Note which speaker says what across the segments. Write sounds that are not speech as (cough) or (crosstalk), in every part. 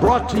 Speaker 1: brought to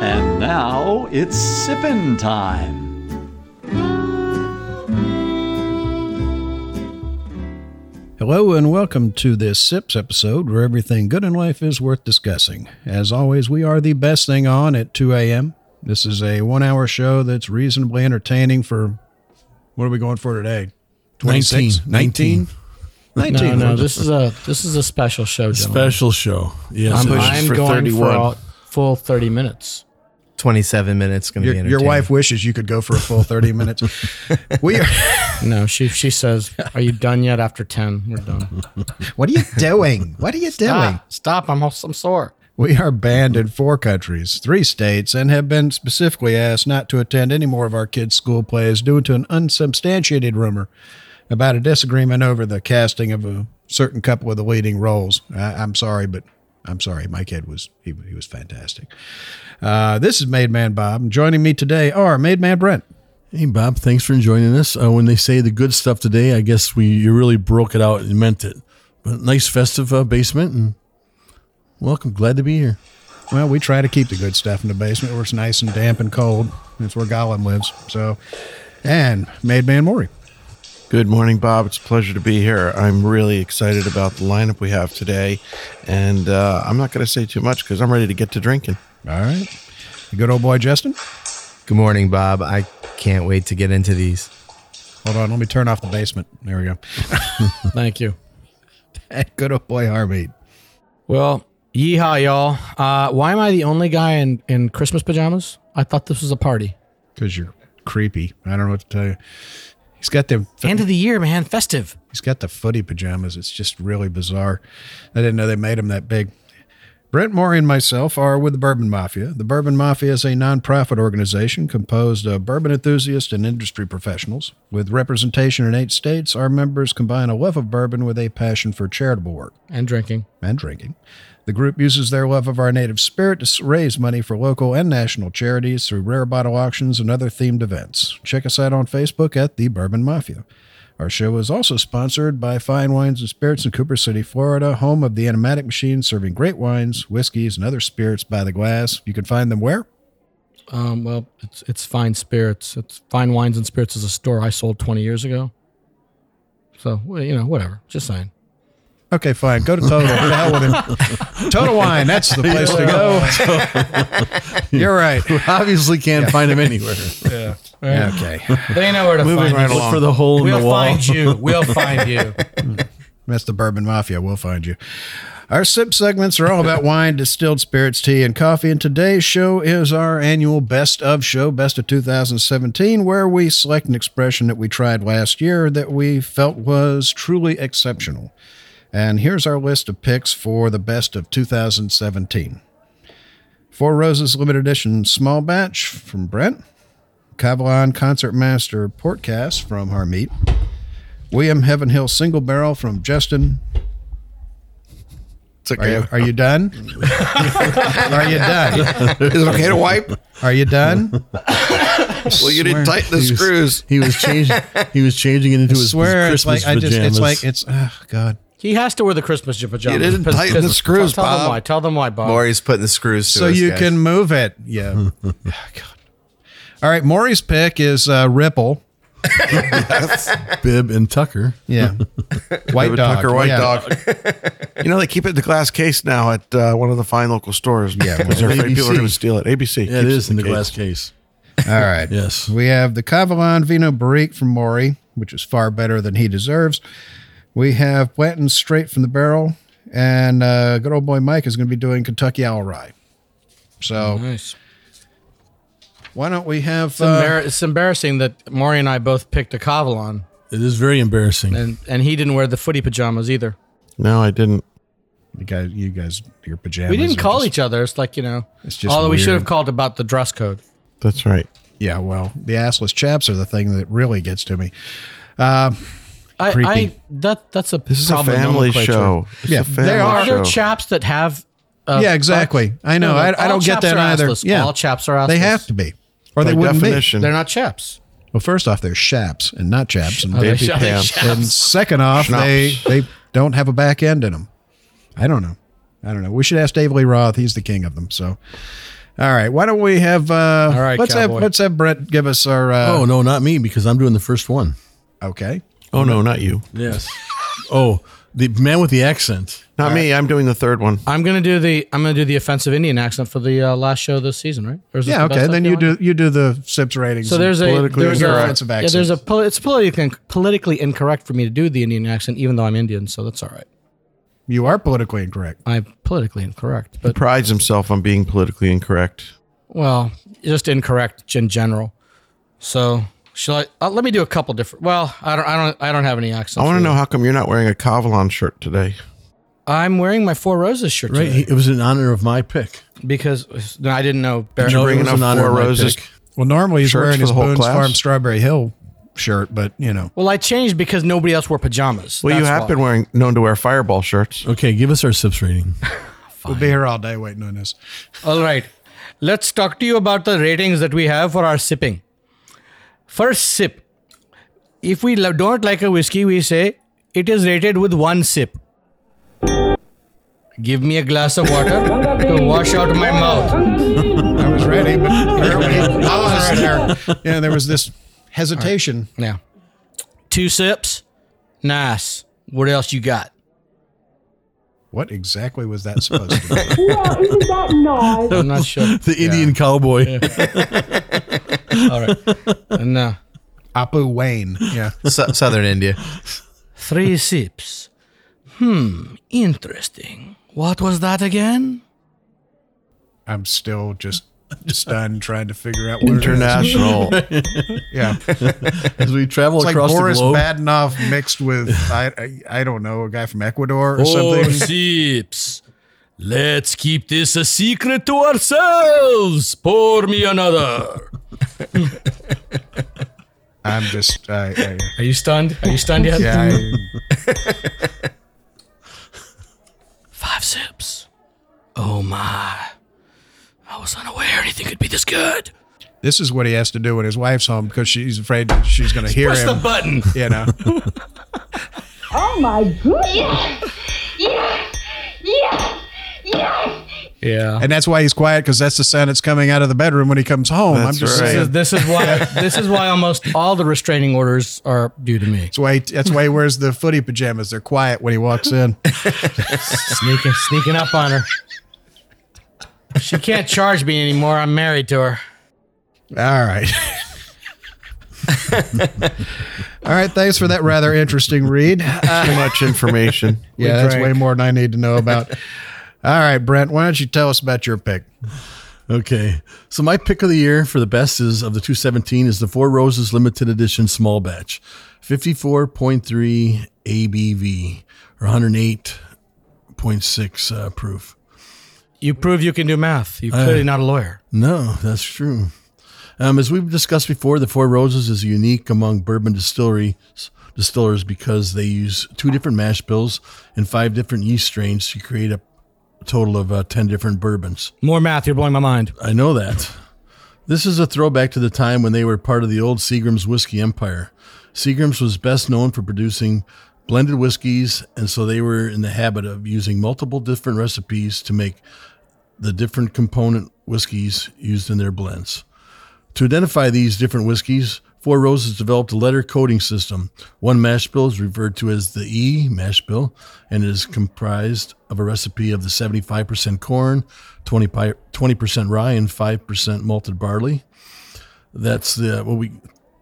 Speaker 1: And now it's sippin' time.
Speaker 2: Hello and welcome to this SIPS episode where everything good in life is worth discussing. As always, we are the best thing on at 2 a.m. This is a one hour show that's reasonably entertaining for what are we going for today? 26?
Speaker 3: 19.
Speaker 2: 19? 19.
Speaker 4: No, no, this is a this is a special show, gentlemen.
Speaker 3: Special show. Yes,
Speaker 4: I'm,
Speaker 3: it is.
Speaker 4: I'm
Speaker 5: for
Speaker 4: going
Speaker 5: 31.
Speaker 4: for all, full thirty minutes.
Speaker 5: 27 minutes going to
Speaker 2: your,
Speaker 5: be
Speaker 2: your
Speaker 5: entertaining.
Speaker 2: wife wishes you could go for a full 30 (laughs) minutes. We are,
Speaker 4: No, she she says, "Are you done yet?" After ten,
Speaker 5: (laughs)
Speaker 4: we're done.
Speaker 2: what are you doing? What are you doing?
Speaker 4: Stop, stop! I'm all- I'm sore.
Speaker 2: We are banned in four countries, three states, and have been specifically asked not to attend any more of our kids' school plays due to an unsubstantiated rumor about a disagreement over the casting of a certain couple of the leading roles. I, I'm sorry, but I'm sorry. My kid was he, he was fantastic. Uh, this is Made Man Bob, and joining me today are Made Man Brent,
Speaker 3: Hey, Bob, thanks for joining us. Uh, when they say the good stuff today, I guess we you really broke it out and meant it. But nice festive uh, basement and welcome. Glad to be here. (laughs)
Speaker 2: Well, we try to keep the good stuff in the basement where it's nice and damp and cold. That's where Gollum lives. So, and Made Man Maury.
Speaker 6: Good morning, Bob. It's a pleasure to be here. I'm really excited about the lineup we have today, and uh, I'm not going to say too much because I'm ready to get to drinking.
Speaker 2: All right. The good old boy Justin.
Speaker 5: Good morning, Bob. I can't wait to get into these.
Speaker 2: Hold on. Let me turn off the basement. There we go. (laughs)
Speaker 4: Thank you.
Speaker 2: good old boy Harmeet.
Speaker 4: Well, yeehaw, y'all. Uh, why am I the only guy in in Christmas pajamas? I thought this was a party.
Speaker 2: Because you're creepy. I don't know what to tell you. He's got the
Speaker 4: End of the year, man. Festive.
Speaker 2: he's got the footy pajamas. It's just really bizarre. I didn't know they made him that big. Brent Maury and myself are with the Bourbon Mafia. The Bourbon Mafia is a nonprofit organization composed of bourbon enthusiasts and industry professionals. With representation in eight states, our members combine a love of bourbon with a passion for charitable work.
Speaker 4: And drinking.
Speaker 2: and drinking. The group uses their love of our native spirit to s- raise money for local and national charities through rare bottle auctions and other themed events. Check us out on Facebook at The Bourbon Mafia. Our show is also sponsored by Fine Wines and Spirits in Cooper City, Florida, home of the Animatic Machine, serving great wines, whiskeys, and other spirits by the glass. You can find them where?
Speaker 4: Um, well, it's it's fine spirits. It's fine wines and spirits is a store I sold twenty years ago. So well, you know, whatever. Just saying.
Speaker 2: Okay, fine. Go to Total. What the hell with him. Total Wine, that's the place to go. You're right.
Speaker 3: We obviously can't find him anywhere.
Speaker 2: Okay.
Speaker 4: (laughs) They know where to
Speaker 6: Moving
Speaker 4: find
Speaker 6: right
Speaker 4: us.
Speaker 6: along.
Speaker 3: Look for the hole in
Speaker 4: We'll
Speaker 3: the wall.
Speaker 4: find you. We'll find you.
Speaker 2: That's the Bourbon Mafia. We'll find you. Our sip segments are all about wine, distilled spirits, tea, and coffee. And today's show is our annual Best of Show, Best of 2017, where we select an expression that we tried last year that we felt was truly exceptional. And here's our list of picks for the best of 2017 Four Roses Limited Edition Small Batch from Brent, Cavalon Concertmaster Portcast from Harmeet. William Heaven Hill single barrel from Justin.
Speaker 6: It's okay.
Speaker 2: Are you, are you
Speaker 6: (laughs)
Speaker 2: done? are you done?
Speaker 6: Is it okay to wipe?
Speaker 2: Are you done?
Speaker 6: (laughs) Well, you didn't tighten the
Speaker 3: He was-
Speaker 6: screws.
Speaker 3: He was changing. He was changing it into his, his
Speaker 2: Swear it's
Speaker 3: Christmas
Speaker 2: like I just it's
Speaker 3: pajamas.
Speaker 2: like it's oh god.
Speaker 4: He has to wear the Christmas pajamas.
Speaker 6: You didn't
Speaker 4: Because-
Speaker 6: tighten the screws,
Speaker 4: tell Them
Speaker 6: Bob.
Speaker 4: why. Tell them why, Bob.
Speaker 6: Oh,
Speaker 5: Maury's putting the screws to
Speaker 2: So
Speaker 5: us,
Speaker 2: you
Speaker 5: guys.
Speaker 2: can move it.
Speaker 6: (laughs)
Speaker 2: Yeah. Oh, God. All right, Maury's pick is uh, Ripple.
Speaker 3: Bib and Tucker.
Speaker 6: (laughs)
Speaker 2: Yeah. White
Speaker 6: David
Speaker 2: dog.
Speaker 6: Tucker, White
Speaker 2: yeah.
Speaker 6: Dog. (laughs) you know they keep it in the glass case now at uh, one of the fine local stores. (laughs) Yeah, because they're afraid people are
Speaker 3: ABC.
Speaker 6: going to steal it. ABC.
Speaker 3: Yeah, it
Speaker 6: keeps
Speaker 3: is in the glass
Speaker 6: case.
Speaker 3: case.
Speaker 2: All right.
Speaker 3: Yes.
Speaker 2: We have the Cavalon Vino Barrique from Maury, which is far better than he deserves. We have Blanton straight from the barrel, and uh, good old boy Mike is going to be doing Kentucky Owl Rye. So
Speaker 4: Nice.
Speaker 2: why don't we have?
Speaker 4: It's,
Speaker 2: Uh,
Speaker 4: embar- it's embarrassing that Maury and I both picked a Cavalon,
Speaker 3: It is very embarrassing.
Speaker 4: and and he didn't wear the footy pajamas either.
Speaker 6: No, I didn't.
Speaker 2: You guys, you guys, your pajamas.
Speaker 4: We didn't
Speaker 2: are
Speaker 4: call
Speaker 2: just-
Speaker 4: each other. It's like you know.
Speaker 2: It's just
Speaker 4: although we should
Speaker 2: weird.
Speaker 4: have called about the dress code.
Speaker 6: That's right.
Speaker 2: Yeah, well, the assless chaps are the thing that really gets to me.
Speaker 4: I,
Speaker 2: Creepy.
Speaker 4: I that that's a
Speaker 6: This is a family show. It's
Speaker 2: Yeah,
Speaker 6: a family
Speaker 2: there
Speaker 4: Are there
Speaker 6: show.
Speaker 4: chaps that have? Uh,
Speaker 2: yeah, exactly. I know.
Speaker 4: No, no,
Speaker 2: I, I
Speaker 4: all
Speaker 2: don't get
Speaker 4: chaps
Speaker 2: that
Speaker 4: are
Speaker 2: either.
Speaker 4: assless.
Speaker 2: Yeah,
Speaker 4: All chaps are
Speaker 2: They
Speaker 4: assless.
Speaker 2: have to be, or
Speaker 6: By
Speaker 2: they wouldn't
Speaker 6: definition,
Speaker 4: They're not chaps.
Speaker 2: be. Well, first off, they're shaps and not chaps, and,
Speaker 4: Are they
Speaker 6: Baby
Speaker 4: sh- are they
Speaker 6: pants.
Speaker 2: and
Speaker 4: chaps?
Speaker 2: second off, they
Speaker 6: Schnapps.
Speaker 2: they don't have a back end in them. I don't know. I don't know. We should ask Dave Lee Roth. He's the king of them. So, all right. Why don't we have? Uh,
Speaker 4: All right,
Speaker 2: Let's have
Speaker 4: cowboy.
Speaker 2: let's have Brett give us our. Uh,
Speaker 3: oh no, not me because I'm doing the first one.
Speaker 2: okay.
Speaker 6: oh no, not you,
Speaker 3: Yes. (laughs) oh, the man with the accent.
Speaker 6: not me. I'm doing the third one.
Speaker 4: I'm gonna do the I'm gonna do the offensive Indian accent for the uh, last show this season, right? Or is this
Speaker 2: Yeah.
Speaker 4: the best
Speaker 2: Okay.
Speaker 4: I
Speaker 2: Then
Speaker 4: feel
Speaker 2: you
Speaker 4: like?
Speaker 2: do you do the Sips ratings.
Speaker 4: So there's a
Speaker 6: Politically
Speaker 4: there's
Speaker 2: incorrect.
Speaker 4: a
Speaker 2: Offensive
Speaker 4: yeah, there's a
Speaker 2: accents.
Speaker 4: poli- it's politically politically incorrect for me to do the Indian accent, even though I'm Indian, so that's all right.
Speaker 2: you are politically incorrect.
Speaker 4: I'm politically incorrect,
Speaker 6: He
Speaker 4: but
Speaker 6: prides himself on being politically incorrect.
Speaker 4: well, just incorrect in general. So shall I? Uh, let me do a couple different. Well, I don't I don't I don't have any accents.
Speaker 6: I want to
Speaker 4: really.
Speaker 6: know how come you're not wearing a Cavalon shirt today.
Speaker 4: I'm wearing my Four Roses shirt
Speaker 3: Right.
Speaker 4: today
Speaker 3: It was in honor of my pick.
Speaker 4: because no, I didn't know. Barry,
Speaker 3: No, it
Speaker 6: bringing
Speaker 3: was
Speaker 6: up
Speaker 3: in honor
Speaker 6: Four
Speaker 3: of my
Speaker 6: Roses?
Speaker 3: pick.
Speaker 2: Well, normally he's
Speaker 6: Shirts
Speaker 2: wearing
Speaker 6: for
Speaker 2: his
Speaker 6: the whole
Speaker 2: Boone's
Speaker 6: class?
Speaker 2: Farm Strawberry Hill shirt, but you know.
Speaker 4: well, I changed because nobody else wore pajamas.
Speaker 6: Well, you
Speaker 4: That's
Speaker 6: have
Speaker 4: why.
Speaker 6: been wearing known to wear fireball shirts.
Speaker 3: Okay, give us our sips rating.
Speaker 2: We'll be here all day waiting on this.
Speaker 4: All right. Let's talk to you about the ratings that we have for our sipping. First sip. If we lo- don't like a whiskey, we say it is rated with one sip. Give me a glass of water to wash out my mouth.
Speaker 2: I was ready, but I was there. Yeah, there was this hesitation.
Speaker 4: Now, two sips. Nice. What else you got?
Speaker 2: What exactly was that supposed to
Speaker 7: (laughs)
Speaker 2: be?
Speaker 8: Yeah, isn't that nice?
Speaker 4: I'm not sure.
Speaker 6: (laughs)
Speaker 3: The Indian cowboy.
Speaker 4: All right. No.
Speaker 2: Apu Wayne. Yeah.
Speaker 5: Sou- Southern India.
Speaker 4: Three sips. Hmm. Interesting. What was that again?
Speaker 2: I'm still just stunned trying to figure out what It
Speaker 6: (laughs) International.
Speaker 2: is. Yeah. It's
Speaker 3: As we travel
Speaker 2: like
Speaker 3: across
Speaker 2: Boris
Speaker 3: the globe.
Speaker 2: Badenoff mixed with, I, I, I don't know, a guy from Ecuador or
Speaker 4: Four (laughs)
Speaker 2: something.
Speaker 4: sips. Let's keep this a secret to ourselves. Pour me another.
Speaker 2: I'm just, I, I,
Speaker 4: Are you stunned? Are you stunned yet?
Speaker 2: yeah. I,
Speaker 4: Five sips. Oh my. I was unaware anything could be this good.
Speaker 2: this is what he has to do when his wife's home because she's afraid that she's going to hear
Speaker 4: Press the
Speaker 2: him.
Speaker 4: button.
Speaker 2: You know.
Speaker 8: (laughs) Oh my goodness.
Speaker 7: Yes! Yes! Yes!
Speaker 4: Yeah.
Speaker 2: And that's why he's quiet because that's the sound that's coming out of the bedroom when he comes home. I'm
Speaker 6: That's
Speaker 2: just
Speaker 6: right.
Speaker 2: saying.
Speaker 4: This is why this is why almost all the restraining orders are due to me.
Speaker 2: That's why. That's why he wears the footy pajamas. They're quiet when he walks in.
Speaker 4: Sneaking sneaking up on her. She can't charge me anymore. I'm married to her.
Speaker 2: All right. (laughs) All right. Thanks for that rather interesting read. Uh,
Speaker 6: Too much information.
Speaker 2: yeah, that's
Speaker 4: drank.
Speaker 2: way more than I need to know about. All right, Brent. Why don't you tell us about your pick?
Speaker 3: Okay. So my pick of the year for the best is of the 217 is the Four Roses limited edition small batch. 54.3 ABV or 108.6 uh, proof.
Speaker 4: You prove you can do math. You're clearly not a lawyer.
Speaker 3: No, that's true. Um, as we've discussed before, the Four Roses is unique among bourbon distilleries distillers because they use two different mash bills and five different yeast strains to create a total of uh, 10 different bourbons.
Speaker 4: More math. You're blowing my mind.
Speaker 3: I know that. This is a throwback to the time when they were part of the old Seagram's whiskey empire. Seagram's was best known for producing blended whiskeys, and so they were in the habit of using multiple different recipes to make the different component whiskeys used in their blends. To identify these different whiskeys, Four Roses developed a letter coding system. One mash bill is referred to as the E mash bill and is comprised of a recipe of the 75% corn, 20 pi- 20% rye, and 5% malted barley. That's the what we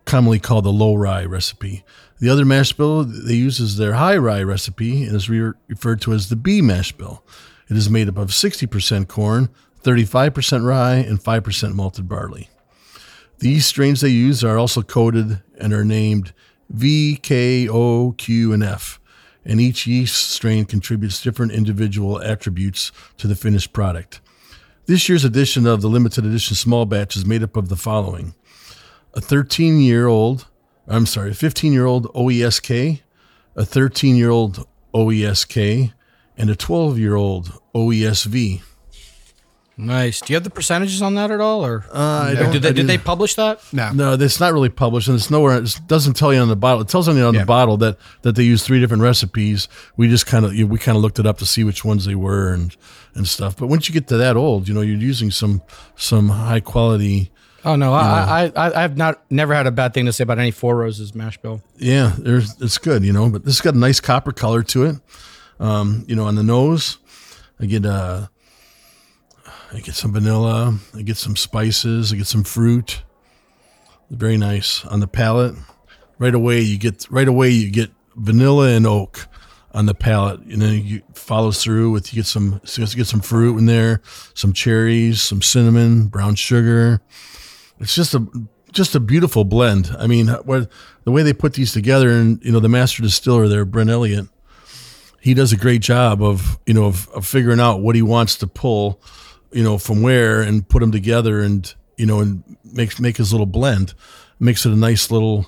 Speaker 3: commonly call the low rye recipe. The other mash bill they use is their high rye recipe and is re- referred to as the B mash bill. It is made up of 60% corn, 35% rye, and 5% malted barley. These strains they use are also coded and are named V, K, O, Q, and F. and each yeast strain contributes different individual attributes to the finished product. This year's edition of the limited edition small batch is made up of the following a 13 year old, I'm sorry, a 15 year old OESK, a 13 year old OESK, and a E 12 year old OESV.
Speaker 4: Nice. Do you have the percentages on that at all, or,
Speaker 3: Uh, I
Speaker 4: or
Speaker 3: don't-
Speaker 4: did
Speaker 3: I
Speaker 4: they did they
Speaker 3: didn't-
Speaker 4: publish that?
Speaker 2: No.
Speaker 3: No, it's not really published, and it's nowhere. It doesn't tell you on the bottle. It tells on you on
Speaker 2: Yeah.
Speaker 3: the bottle that that they use three different recipes. We just kind of we kind of looked it up to see which ones they were and and stuff. But once you get to that old, you know, you're using some some high quality.
Speaker 4: Oh no, I I, I I've not never had a bad thing to say about any Four Roses mash bill.
Speaker 3: Yeah, there's it's good, you know. But this has got a nice copper color to it. Um, you know, on the nose, I get uh, I get some vanilla. I get some spices. I get some fruit. Very nice on the palate. Right away, you get right away you get vanilla and oak on the palate, and then you follow through with you get some so you get some fruit in there, some cherries, some cinnamon, brown sugar it's just a just a beautiful blend. I mean, what the way they put these together, and you know, the master distiller there, Brent Elliott, he does a great job of you know of, of figuring out what he wants to pull, you know, from where and put them together, and you know, and makes make his little blend, makes it a nice little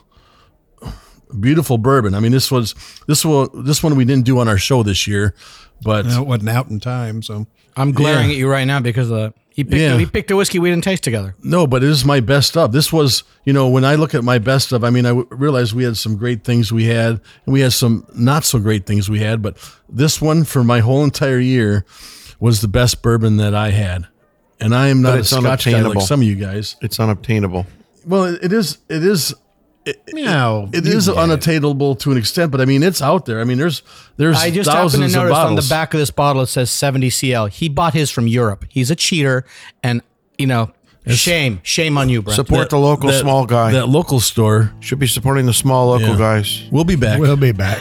Speaker 3: beautiful bourbon. I mean, this was this was this one we didn't do on our show this year, but
Speaker 2: No, it wasn't out in time, so
Speaker 4: I'm glaring
Speaker 3: Yeah.
Speaker 4: at you right now because uh, he picked
Speaker 3: Yeah.
Speaker 4: he picked a whiskey we didn't taste together.
Speaker 3: No, but it is my best of. This was, you know, when I look at my best of, I mean, I w- realized we had some great things we had, and we had some not so great things we had, but this one for my whole entire year was the best bourbon that I had. And I am not a
Speaker 6: it's
Speaker 3: Scotch guy like
Speaker 6: unobtainable.
Speaker 3: some of you guys.
Speaker 6: It's unobtainable.
Speaker 3: Well, it it is, it is,
Speaker 2: no,
Speaker 3: it is unattainable to an extent, but I mean, it's out there. I mean, there's, there's
Speaker 4: I just happen
Speaker 3: thousands
Speaker 4: to
Speaker 3: of
Speaker 4: notice on the
Speaker 3: bottles.
Speaker 4: back of this bottle it says 70 CL. He bought his from Europe. He's a cheater, and you know, shame, shame on you, bro.
Speaker 6: Support the local
Speaker 3: That-
Speaker 6: small guy.
Speaker 3: That local store.
Speaker 6: Should be supporting the small
Speaker 3: Yeah.
Speaker 6: local guys.
Speaker 3: We'll be back.
Speaker 2: We'll be back.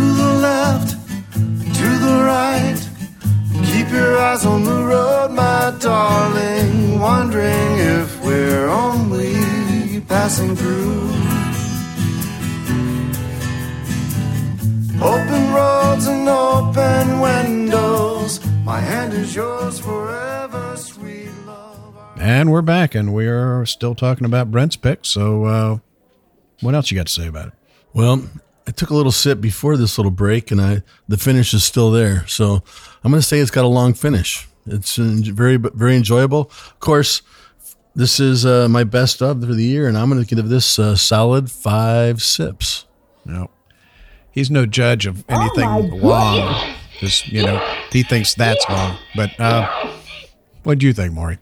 Speaker 9: the left, to the right. Keep your eyes on the road, my darling. Wondering if we're only passing through. Open roads and open windows. My hand is yours forever, sweet love.
Speaker 2: and we're back, and we are still talking about Brent's pick. So, uh, what else you got to say about it?
Speaker 3: Well, I took a little sip before this little break, and I the finish is still there. So I'm going to say it's got a long finish. It's en- very very enjoyable. Of course, this is uh, my best of for the year, and I'm going to give this a solid five sips.
Speaker 2: No, he's no judge of anything
Speaker 8: my
Speaker 2: long. Just you know, he thinks that's long. But uh, what do you think, Maury?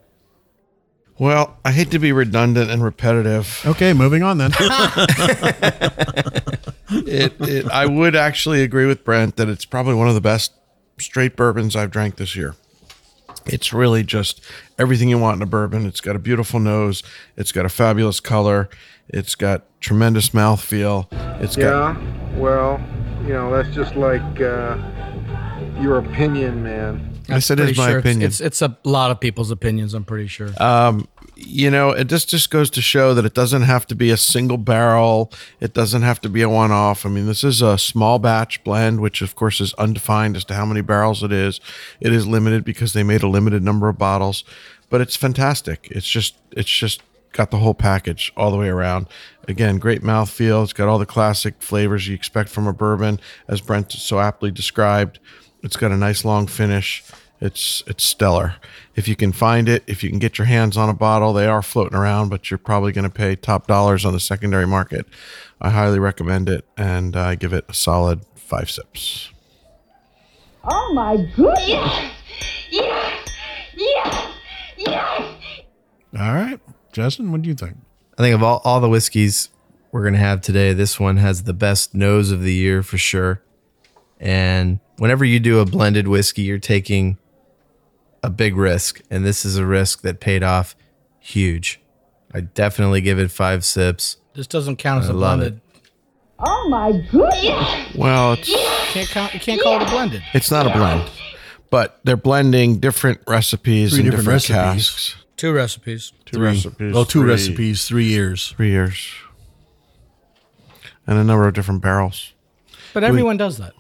Speaker 6: Well, I hate to be redundant and repetitive.
Speaker 2: Okay, moving on then.
Speaker 6: it, it, I would actually agree with Brent that it's probably one of the best straight bourbons I've drank this year. It's really just everything you want in a bourbon. It's got a beautiful nose. It's got a fabulous color. It's got tremendous mouthfeel. It's got
Speaker 10: Yeah, well, you know, that's just like uh, your opinion, man.
Speaker 6: yes, it
Speaker 4: Pretty
Speaker 6: is my
Speaker 4: sure it's-
Speaker 6: opinion.
Speaker 4: It's, it's a lot of people's opinions. I'm pretty sure.
Speaker 5: Uh,
Speaker 6: you know, it just just goes to show that it doesn't have to be a single barrel. It doesn't have to be a one off. I mean, this is a small batch blend, which of course is undefined as to how many barrels it is. It is limited because they made a limited number of bottles, but it's fantastic. It's just it's just got the whole package all the way around. Again, great mouthfeel. It's got all the classic flavors you expect from a bourbon, as Brent so aptly described. It's got a nice long finish. It's it's stellar. If you can find it, if you can get your hands on a bottle, they are floating around, but you're probably going to pay top dollars on the secondary market. I highly recommend it, and I give it a solid five sips.
Speaker 8: Oh my goodness.
Speaker 7: Yeah. Yeah. yes, yes.
Speaker 2: All right. Justin, what do you think?
Speaker 5: I think of all, all the whiskeys we're going to have today, this one has the best nose of the year for sure. And whenever you do a blended whiskey, you're taking a big risk. And this is a risk that paid off huge. I definitely give it five sips.
Speaker 4: This doesn't count as
Speaker 5: I
Speaker 4: a
Speaker 5: love
Speaker 4: blended.
Speaker 8: Oh my goodness.
Speaker 6: Well, it's
Speaker 4: Can't count, you can't call it a blended.
Speaker 6: it's not a blend, but they're blending different recipes
Speaker 3: Three
Speaker 6: and
Speaker 3: different
Speaker 6: different,
Speaker 3: recipes.
Speaker 6: casks.
Speaker 4: Two recipes.
Speaker 6: Two recipes.
Speaker 3: Oh, two
Speaker 6: three-
Speaker 3: recipes, three years.
Speaker 6: Three years. And a number of different barrels.
Speaker 4: But everyone does that.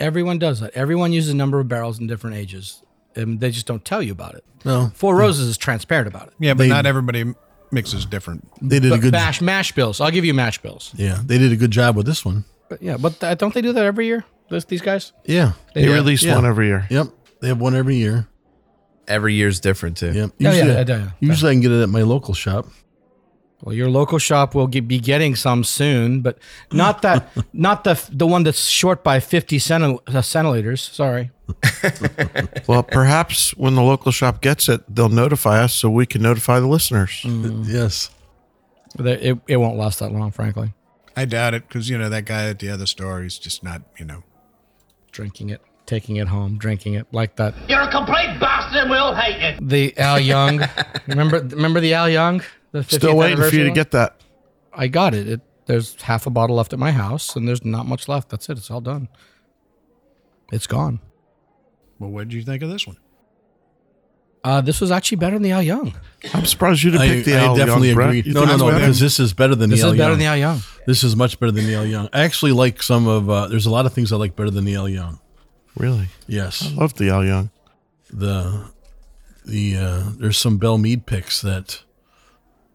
Speaker 4: Everyone does that. Everyone uses a number of barrels in different ages. And they just don't tell you about it.
Speaker 3: No,
Speaker 4: Four Roses is transparent about it.
Speaker 2: Yeah, but
Speaker 3: They-
Speaker 2: not everybody mixes different.
Speaker 3: they did a
Speaker 4: But
Speaker 3: good.
Speaker 4: mash, mash bills. I'll give you mash bills.
Speaker 3: Yeah, they did a good job with this one.
Speaker 4: But yeah, but th- don't they do that every year? This, these guys?
Speaker 3: Yeah.
Speaker 6: They release
Speaker 3: yeah.
Speaker 6: one every year.
Speaker 3: Yep. They have one every year.
Speaker 5: Every year's different too.
Speaker 3: Yep.
Speaker 4: Oh, yeah,
Speaker 3: Usually,
Speaker 4: yeah, yeah.
Speaker 3: usually I can get it at my local shop.
Speaker 4: Well, your local shop will get, be getting some soon, but not
Speaker 6: (laughs)
Speaker 4: that, not the the one that's short by fifty centi- uh, centiliters. Sorry,
Speaker 6: Well, perhaps when the local shop gets it, they'll notify us so we can notify the listeners.
Speaker 3: Yes.
Speaker 4: They- it, it won't last that long. Frankly,
Speaker 2: I doubt it because, you know, that guy at the other store, he's just not, you know.
Speaker 4: drinking it, taking it home, drinking it like that.
Speaker 11: You're a complete bastard and we all hate you.
Speaker 4: The Al Young,
Speaker 11: (laughs)
Speaker 4: remember remember the Al Young? The 50th
Speaker 6: Still waiting for
Speaker 4: anniversary
Speaker 6: you to
Speaker 4: one?
Speaker 6: get that.
Speaker 4: I got it. it. There's half a bottle left at my house, and there's not much left. That's it. It's all done. It's gone.
Speaker 2: Well, what did you think of this one?
Speaker 4: Uh, this was actually better than the Al Young.
Speaker 6: I'm surprised you didn't
Speaker 3: I,
Speaker 6: pick the
Speaker 3: I
Speaker 6: Al
Speaker 3: definitely
Speaker 6: Young, Brett.
Speaker 3: agree.
Speaker 6: You
Speaker 3: No,
Speaker 6: think
Speaker 3: no,
Speaker 6: it's
Speaker 3: no,
Speaker 6: better?
Speaker 3: because this is better than
Speaker 4: This
Speaker 3: the
Speaker 4: is
Speaker 3: Al
Speaker 4: better
Speaker 3: Young.
Speaker 4: than the Al Young.
Speaker 3: This is much better than Neil Young. I actually like some of. Uh, there's a lot of things I like better than Neil Young.
Speaker 6: Really?
Speaker 3: Yes,
Speaker 6: Love the Al Young.
Speaker 3: the the uh, there's some Bell Mead picks that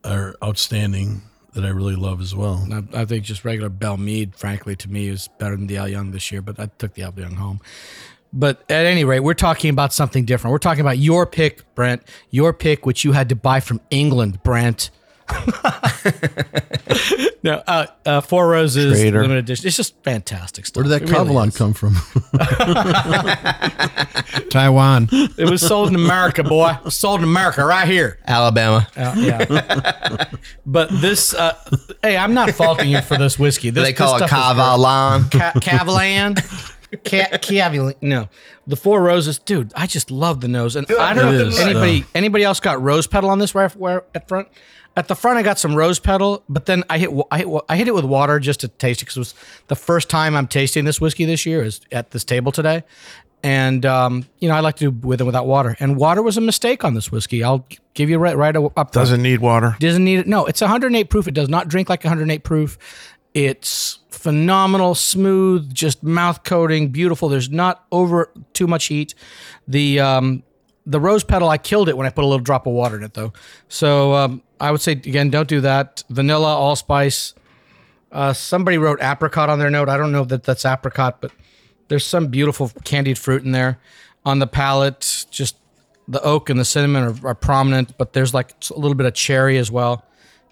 Speaker 3: are outstanding that I really love as well.
Speaker 4: I, I think just regular Bell Mead, frankly, to me is better than the Al Young this year, but I took the Al Young home. But at any rate, we're talking about something different. We're talking about your pick, Brent, your pick, which you had to buy from England, Brent. (laughs) no, uh, uh, Four Roses,
Speaker 6: Traitor.
Speaker 4: limited edition. It's just fantastic stuff.
Speaker 3: Where did that
Speaker 4: It really
Speaker 3: Cavalon
Speaker 4: is.
Speaker 3: come from? (laughs)
Speaker 2: Taiwan.
Speaker 4: It was sold in America, boy. It was sold in America, right here.
Speaker 5: Alabama.
Speaker 4: Uh, yeah. (laughs) but this, uh, hey, I'm not faulting you for this whiskey. This,
Speaker 5: they call
Speaker 4: this
Speaker 5: it
Speaker 4: stuff is great.
Speaker 5: Cavalon.
Speaker 4: Ca- Cavalan. Ca- Cavalan. No, the four roses, dude. I just love the nose, and I don't
Speaker 3: It
Speaker 4: know
Speaker 3: is,
Speaker 4: if anybody anybody else got rose petal on this right where at front. At the front, I got some rose petal, but then I hit wa- I hit, wa- I hit it with water just to taste it because it was the first time I'm tasting this whiskey this year is at this table today, and um, you know I like to do with and without water, and water was a mistake on this whiskey. I'll g- give you right right up front.
Speaker 6: Doesn't need water.
Speaker 4: Doesn't need it. No, it's 108 proof. It does not drink like 108 proof. It's phenomenal, smooth, just mouth coating, beautiful. There's not over too much heat. The um, the rose petal, I killed it when I put a little drop of water in it, though. So um, I would say again, don't do that. Vanilla, allspice. Uh, somebody wrote apricot on their note. I don't know that that's apricot, but there's some beautiful candied fruit in there. On the palate, just the oak and the cinnamon are, are prominent, but there's like a little bit of cherry as well.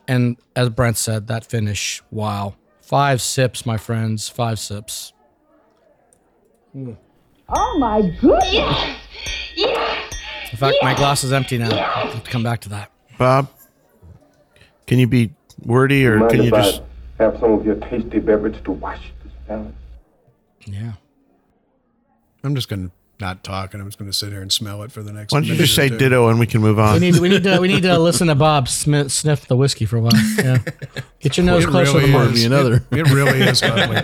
Speaker 4: And as Brent said, that finish, wow. Five sips, my friends, five sips.
Speaker 8: Oh my goodness.
Speaker 7: Yes, yes,
Speaker 4: In fact, my glass is empty now. I'll have to come back to that.
Speaker 6: Bob, can you be wordy or
Speaker 10: Mind
Speaker 6: can you
Speaker 10: if I
Speaker 6: just
Speaker 10: have some of your tasty beverage to wash this down?
Speaker 4: Yeah.
Speaker 2: I'm just going to not talk and I'm just going to sit here and smell it for the next
Speaker 6: why don't you
Speaker 2: minute
Speaker 6: just
Speaker 2: or
Speaker 6: say
Speaker 2: two.
Speaker 6: ditto and we can move
Speaker 4: We
Speaker 6: on?
Speaker 4: need, we need to we need to listen to Bob smi- sniff the whiskey for a while. Yeah. Get your nose
Speaker 2: It
Speaker 4: closer to
Speaker 2: really
Speaker 4: the mark.
Speaker 3: Or be another.
Speaker 6: (laughs)
Speaker 2: It really is lovely.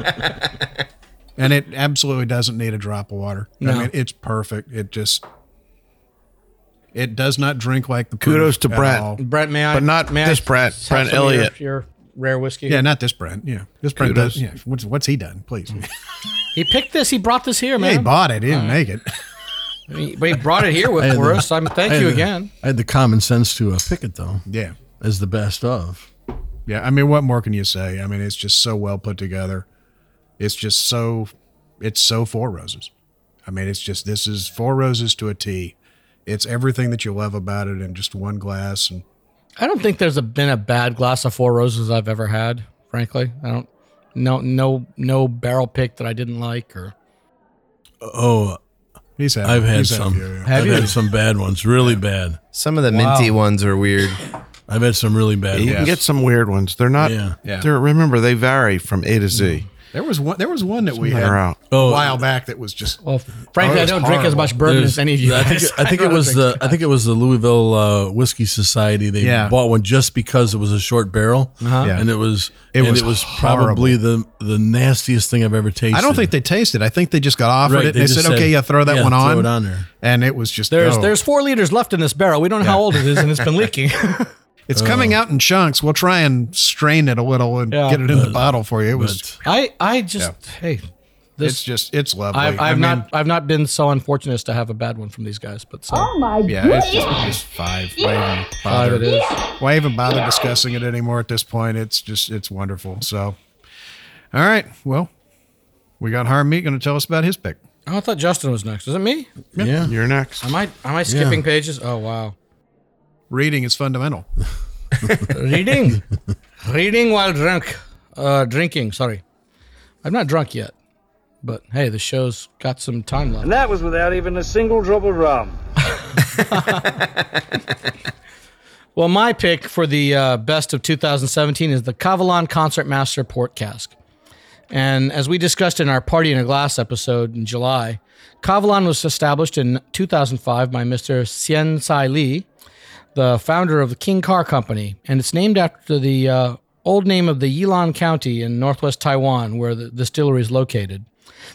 Speaker 2: and it absolutely doesn't need a drop of water. I
Speaker 4: No.
Speaker 2: mean, it's perfect. It just it does not drink like the
Speaker 6: Kudos
Speaker 2: proof
Speaker 6: to
Speaker 2: at
Speaker 6: Brent.
Speaker 2: all.
Speaker 4: Brent, may I?
Speaker 6: But not
Speaker 4: may
Speaker 6: this Brent,
Speaker 4: have some
Speaker 6: Brent
Speaker 4: of your-
Speaker 6: Elliott.
Speaker 4: Your, rare whiskey.
Speaker 2: Yeah, not this Brent. Yeah, this Brent does.
Speaker 6: Kudos.
Speaker 2: Yeah, what's, what's he done? Please,
Speaker 4: Mm-hmm. He picked this. He brought this here,
Speaker 2: he
Speaker 4: man.
Speaker 2: bought it. He didn't make it.
Speaker 4: He- but he brought it here
Speaker 3: I
Speaker 4: with
Speaker 3: had
Speaker 4: for
Speaker 3: the-
Speaker 4: us. I'm, thank
Speaker 3: I had
Speaker 4: you
Speaker 3: the-
Speaker 4: again.
Speaker 3: I had the common sense to uh, pick it though
Speaker 2: Yeah,
Speaker 3: as the best of.
Speaker 2: yeah. I mean, what more can you say? I mean, it's just so well put together. It's just so, it's so four roses. I mean, it's just this is four roses to a T. It's everything that you love about it in just one glass, and
Speaker 4: I don't think there's a, been a bad glass of Four Roses I've ever had. Frankly, I don't. No, no, no barrel pick that I didn't like. Or
Speaker 3: Oh,
Speaker 2: He's had.
Speaker 3: I've had
Speaker 2: he's
Speaker 3: some.
Speaker 2: a few, yeah.
Speaker 3: I've had some bad ones, really bad.
Speaker 5: Some of the minty ones are weird.
Speaker 3: I've had some really bad
Speaker 6: You can
Speaker 3: ones.
Speaker 6: get some weird ones. They're not.
Speaker 3: Yeah.
Speaker 2: Yeah.
Speaker 6: They're remember they vary from A to Z.
Speaker 2: There was one. There was one that we
Speaker 6: They're
Speaker 2: had
Speaker 6: out.
Speaker 3: Oh,
Speaker 2: a while back that was just.
Speaker 4: Well, frankly, I
Speaker 2: it's
Speaker 4: don't drink as
Speaker 2: horrible.
Speaker 4: much bourbon
Speaker 3: There's-
Speaker 4: as any of you.
Speaker 3: I think,
Speaker 4: guys.
Speaker 3: I
Speaker 4: (laughs)
Speaker 3: think it
Speaker 4: don't
Speaker 3: was
Speaker 4: drink
Speaker 3: the
Speaker 4: that.
Speaker 3: I think it was the Louisville uh, Whiskey Society. They
Speaker 2: Yeah.
Speaker 3: bought one just because it was a short barrel,
Speaker 2: Yeah.
Speaker 3: and it was
Speaker 2: It
Speaker 3: and
Speaker 2: was
Speaker 3: it was
Speaker 2: horrible.
Speaker 3: probably the the nastiest thing I've ever tasted.
Speaker 2: I don't think they tasted. I think they just got offered
Speaker 3: Right,
Speaker 2: it. They,
Speaker 3: they
Speaker 2: they
Speaker 3: just
Speaker 2: said,
Speaker 3: said,
Speaker 2: "Okay, yeah, throw that
Speaker 3: yeah,
Speaker 2: one
Speaker 3: throw
Speaker 2: on."
Speaker 3: it on there.
Speaker 2: And it was just. oh.
Speaker 4: There's
Speaker 3: Oh.
Speaker 2: no.
Speaker 4: there's four liters left in this barrel. We don't know how old it is, and it's
Speaker 3: (laughs)
Speaker 4: been leaking. (laughs)
Speaker 2: It's coming out in chunks. We'll try and strain it a little and
Speaker 4: Yeah.
Speaker 2: get it in the bottle for you. It was.
Speaker 4: I I just hey,
Speaker 2: it's just. It's lovely.
Speaker 4: I've, I've
Speaker 2: I mean,
Speaker 4: not I've not been so unfortunate as to have a bad one from these guys, but so
Speaker 8: Oh my
Speaker 2: Yeah,
Speaker 8: goodness.
Speaker 2: it's just, it's five. Why even
Speaker 4: five it
Speaker 2: bother?
Speaker 4: is.
Speaker 2: Why even bother discussing it anymore at this point? It's just. It's wonderful. So, all right. Well, we got Harmeet going to tell us about his pick.
Speaker 4: Oh, I thought Justin was next. Is it me?
Speaker 3: Yeah.
Speaker 6: You're next.
Speaker 4: Am I am I skipping pages? Oh wow.
Speaker 2: Reading is fundamental.
Speaker 4: Reading, reading while drunk, uh, drinking. Sorry, I'm not drunk yet, but hey, the show's got some time left.
Speaker 12: That was without even a single drop of rum.
Speaker 4: Well, my pick for the uh, best of 2017 is the Cavalon Concertmaster Port Cask. And as we discussed in our Party in a Glass episode in July, Cavalon was established in 2005 by Mr. Sien Sai Lee, the founder of the King Car Company. And it's named after the uh, old name of the Yilan County in northwest Taiwan, where the distillery is located.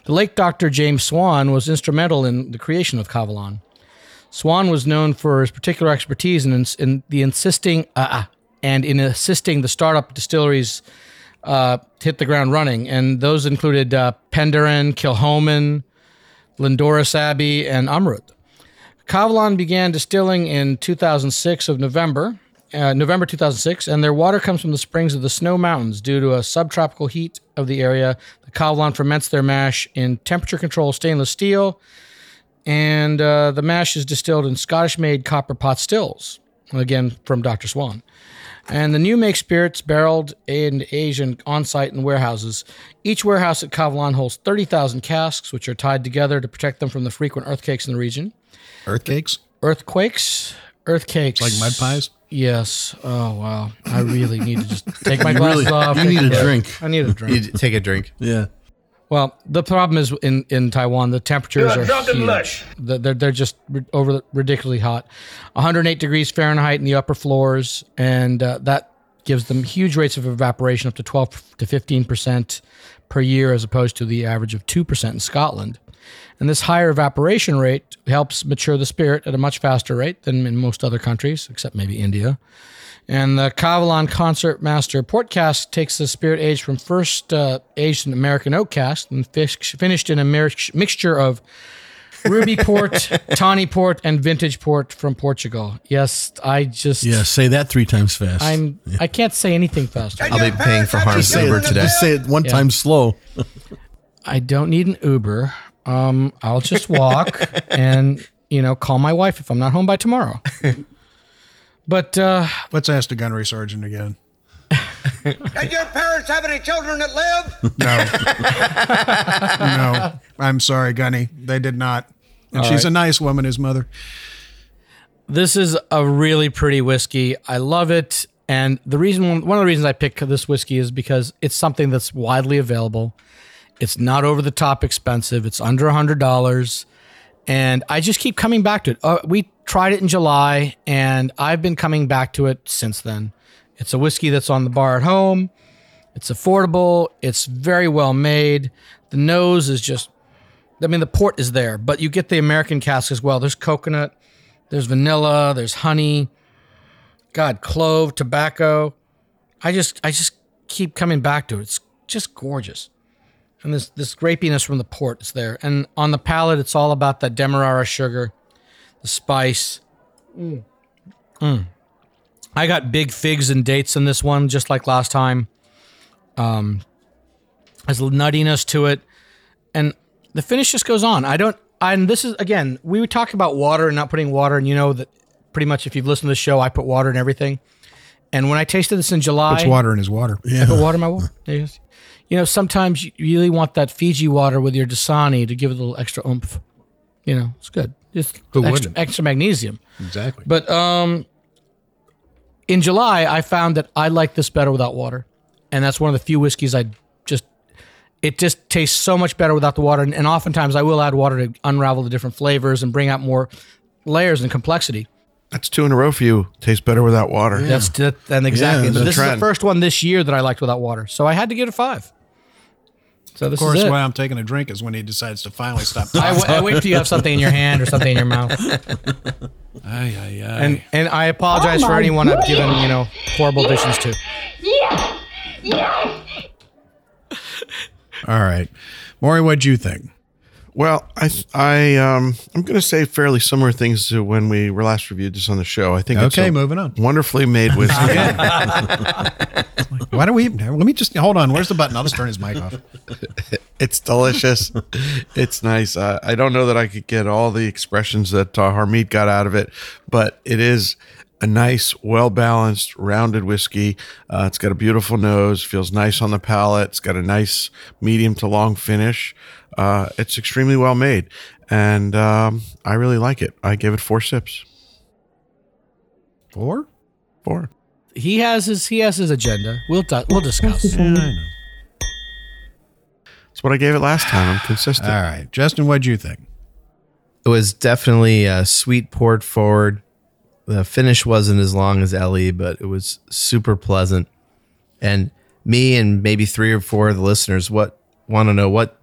Speaker 4: The late Dr. James Swan was instrumental in the creation of Cavalon. Swan was known for his particular expertise in, in the insisting uh, uh, and in assisting the startup distilleries uh, to hit the ground running, and those included uh, Penderin, Kilhoman, Lindora Abbey, and Amrut. Kavlan began distilling in 2006 of November, uh, November 2006, and their water comes from the springs of the Snow Mountains. Due to a subtropical heat of the area, the Kavlan ferments their mash in temperature-controlled stainless steel and uh, the mash is distilled in Scottish made copper pot stills, again from Dr. Swan. And the new make spirits barreled and aged in on site in warehouses. Each warehouse at Kavalan holds 30,000 casks, which are tied together to protect them from the frequent earthquakes in the region.
Speaker 2: Earthcakes,
Speaker 4: Earthquakes? Earthquakes.
Speaker 2: like mud pies.
Speaker 4: Yes. Oh, wow. I really need to just take my glasses
Speaker 3: really-
Speaker 4: off.
Speaker 3: you
Speaker 4: take
Speaker 3: need a
Speaker 4: breath.
Speaker 3: drink.
Speaker 4: I need a drink.
Speaker 5: You d- take a drink.
Speaker 3: Yeah.
Speaker 4: Well, the problem is in, in Taiwan, the temperatures
Speaker 11: You're
Speaker 4: are
Speaker 11: a drunken
Speaker 4: huge.
Speaker 11: lush.
Speaker 4: The- They're, they're just ri- over the- ridiculously hot. 108 degrees Fahrenheit in the upper floors, and uh, that gives them huge rates of evaporation up to 12 to 15% per year, as opposed to the average of 2% in Scotland. And this higher evaporation rate helps mature the spirit at a much faster rate than in most other countries, except maybe India. And the Cavalon Concert Master Port Cask takes the spirit aged from first uh, aged in American oak cask and fish, finished in a mir- mixture of ruby port, tawny port, and vintage port from Portugal. Yes, I just
Speaker 3: Yeah. Say that three times fast.
Speaker 4: I'm I can't say anything faster.
Speaker 5: I'll be paying for harm
Speaker 3: Just say
Speaker 5: sober
Speaker 3: it,
Speaker 5: today.
Speaker 3: just say it one time slow.
Speaker 4: I don't need an Uber. Um, I'll just walk and you know call my wife if I'm not home by tomorrow. But uh,
Speaker 2: Let's ask the gunnery sergeant again.
Speaker 11: Did your parents have any children that live?
Speaker 2: No. (laughs) no. I'm sorry, Gunny. They did not. And she's a nice woman, his mother.
Speaker 4: This is a really pretty whiskey. I love it. And the reason, one of the reasons I pick this whiskey is because it's something that's widely available. It's not over the top expensive. It's under $100. And I just keep coming back to it. Uh, we tried it in July, and I've been coming back to it since then. It's a whiskey that's on the bar at home. It's affordable. It's very well made. The nose is just, I mean, the port is there, but you get the American cask as well. There's coconut. There's vanilla, there's honey, God, clove, tobacco. I just I just keep coming back to it. It's just gorgeous. And this this grapiness from the port is there. And on the palate, it's all about that demerara sugar, the spice. Mm. Mm. I got big figs and dates in this one, just like last time. Um has nuttiness to it and the finish just goes on. I don't, and this is again, we would talk about water and not putting water, and you know that pretty much if you've listened to the show, I put water in everything. And when I tasted this in July,
Speaker 2: Puts water in his water.
Speaker 4: I put water in my water. Yes. You know, sometimes you really want that Fiji water with your Dasani to give it a little extra oomph. You know, it's good. Just
Speaker 2: Who
Speaker 4: extra,
Speaker 2: wouldn't?
Speaker 4: extra magnesium.
Speaker 2: Exactly.
Speaker 4: But um, in July, I found that I like this better without water, and that's one of the few whiskeys I just. It just tastes so much better without the water, and, and oftentimes I will add water to unravel the different flavors and bring out more layers and complexity.
Speaker 6: That's two in a row for you. Tastes better without water.
Speaker 4: That's that, and exactly.
Speaker 6: Yeah,
Speaker 4: this
Speaker 6: the
Speaker 4: is the
Speaker 6: trend.
Speaker 4: first one this year that I liked without water, so I had to give it a five. So
Speaker 2: of
Speaker 4: this
Speaker 2: course,
Speaker 4: is it.
Speaker 2: why I'm taking a drink is when he decides to finally stop.
Speaker 4: I, w- I wait till you have something in your hand or something in your mouth.
Speaker 2: (laughs)
Speaker 4: (laughs)
Speaker 2: Ay, ay, ay.
Speaker 4: And and I apologize
Speaker 2: Oh
Speaker 4: for
Speaker 2: my
Speaker 4: anyone I've
Speaker 2: goodness.
Speaker 4: given you know horrible additions to.
Speaker 7: Yes! Yes!
Speaker 2: All right, Maury, what'd you think?
Speaker 6: Well, I I um I'm going to say fairly similar things to when we were last reviewed this on the show. I think
Speaker 2: Okay,
Speaker 6: a
Speaker 2: moving on.
Speaker 6: Wonderfully made (laughs) whiskey.
Speaker 2: Why don't we? Let me just hold on. Where's the button? I'll just turn his mic off. (laughs)
Speaker 6: it's delicious. it's nice. Uh, I don't know that I could get all the expressions that uh, Harmeet got out of it, but it is a nice, well balanced, rounded whiskey. Uh, it's got a beautiful nose, feels nice on the palate. It's got a nice medium to long finish. Uh, it's extremely well made, and um, I really like it. I gave it four sips.
Speaker 2: Four?
Speaker 6: Four.
Speaker 4: He has his he has his agenda. We'll di- we'll discuss.
Speaker 6: That's what I gave it last time. I'm consistent.
Speaker 2: All right, Justin, what'd you think?
Speaker 5: It was definitely a sweet port forward. The finish wasn't as long as Ellie, but it was super pleasant. And me and maybe three or four of the listeners what want to know what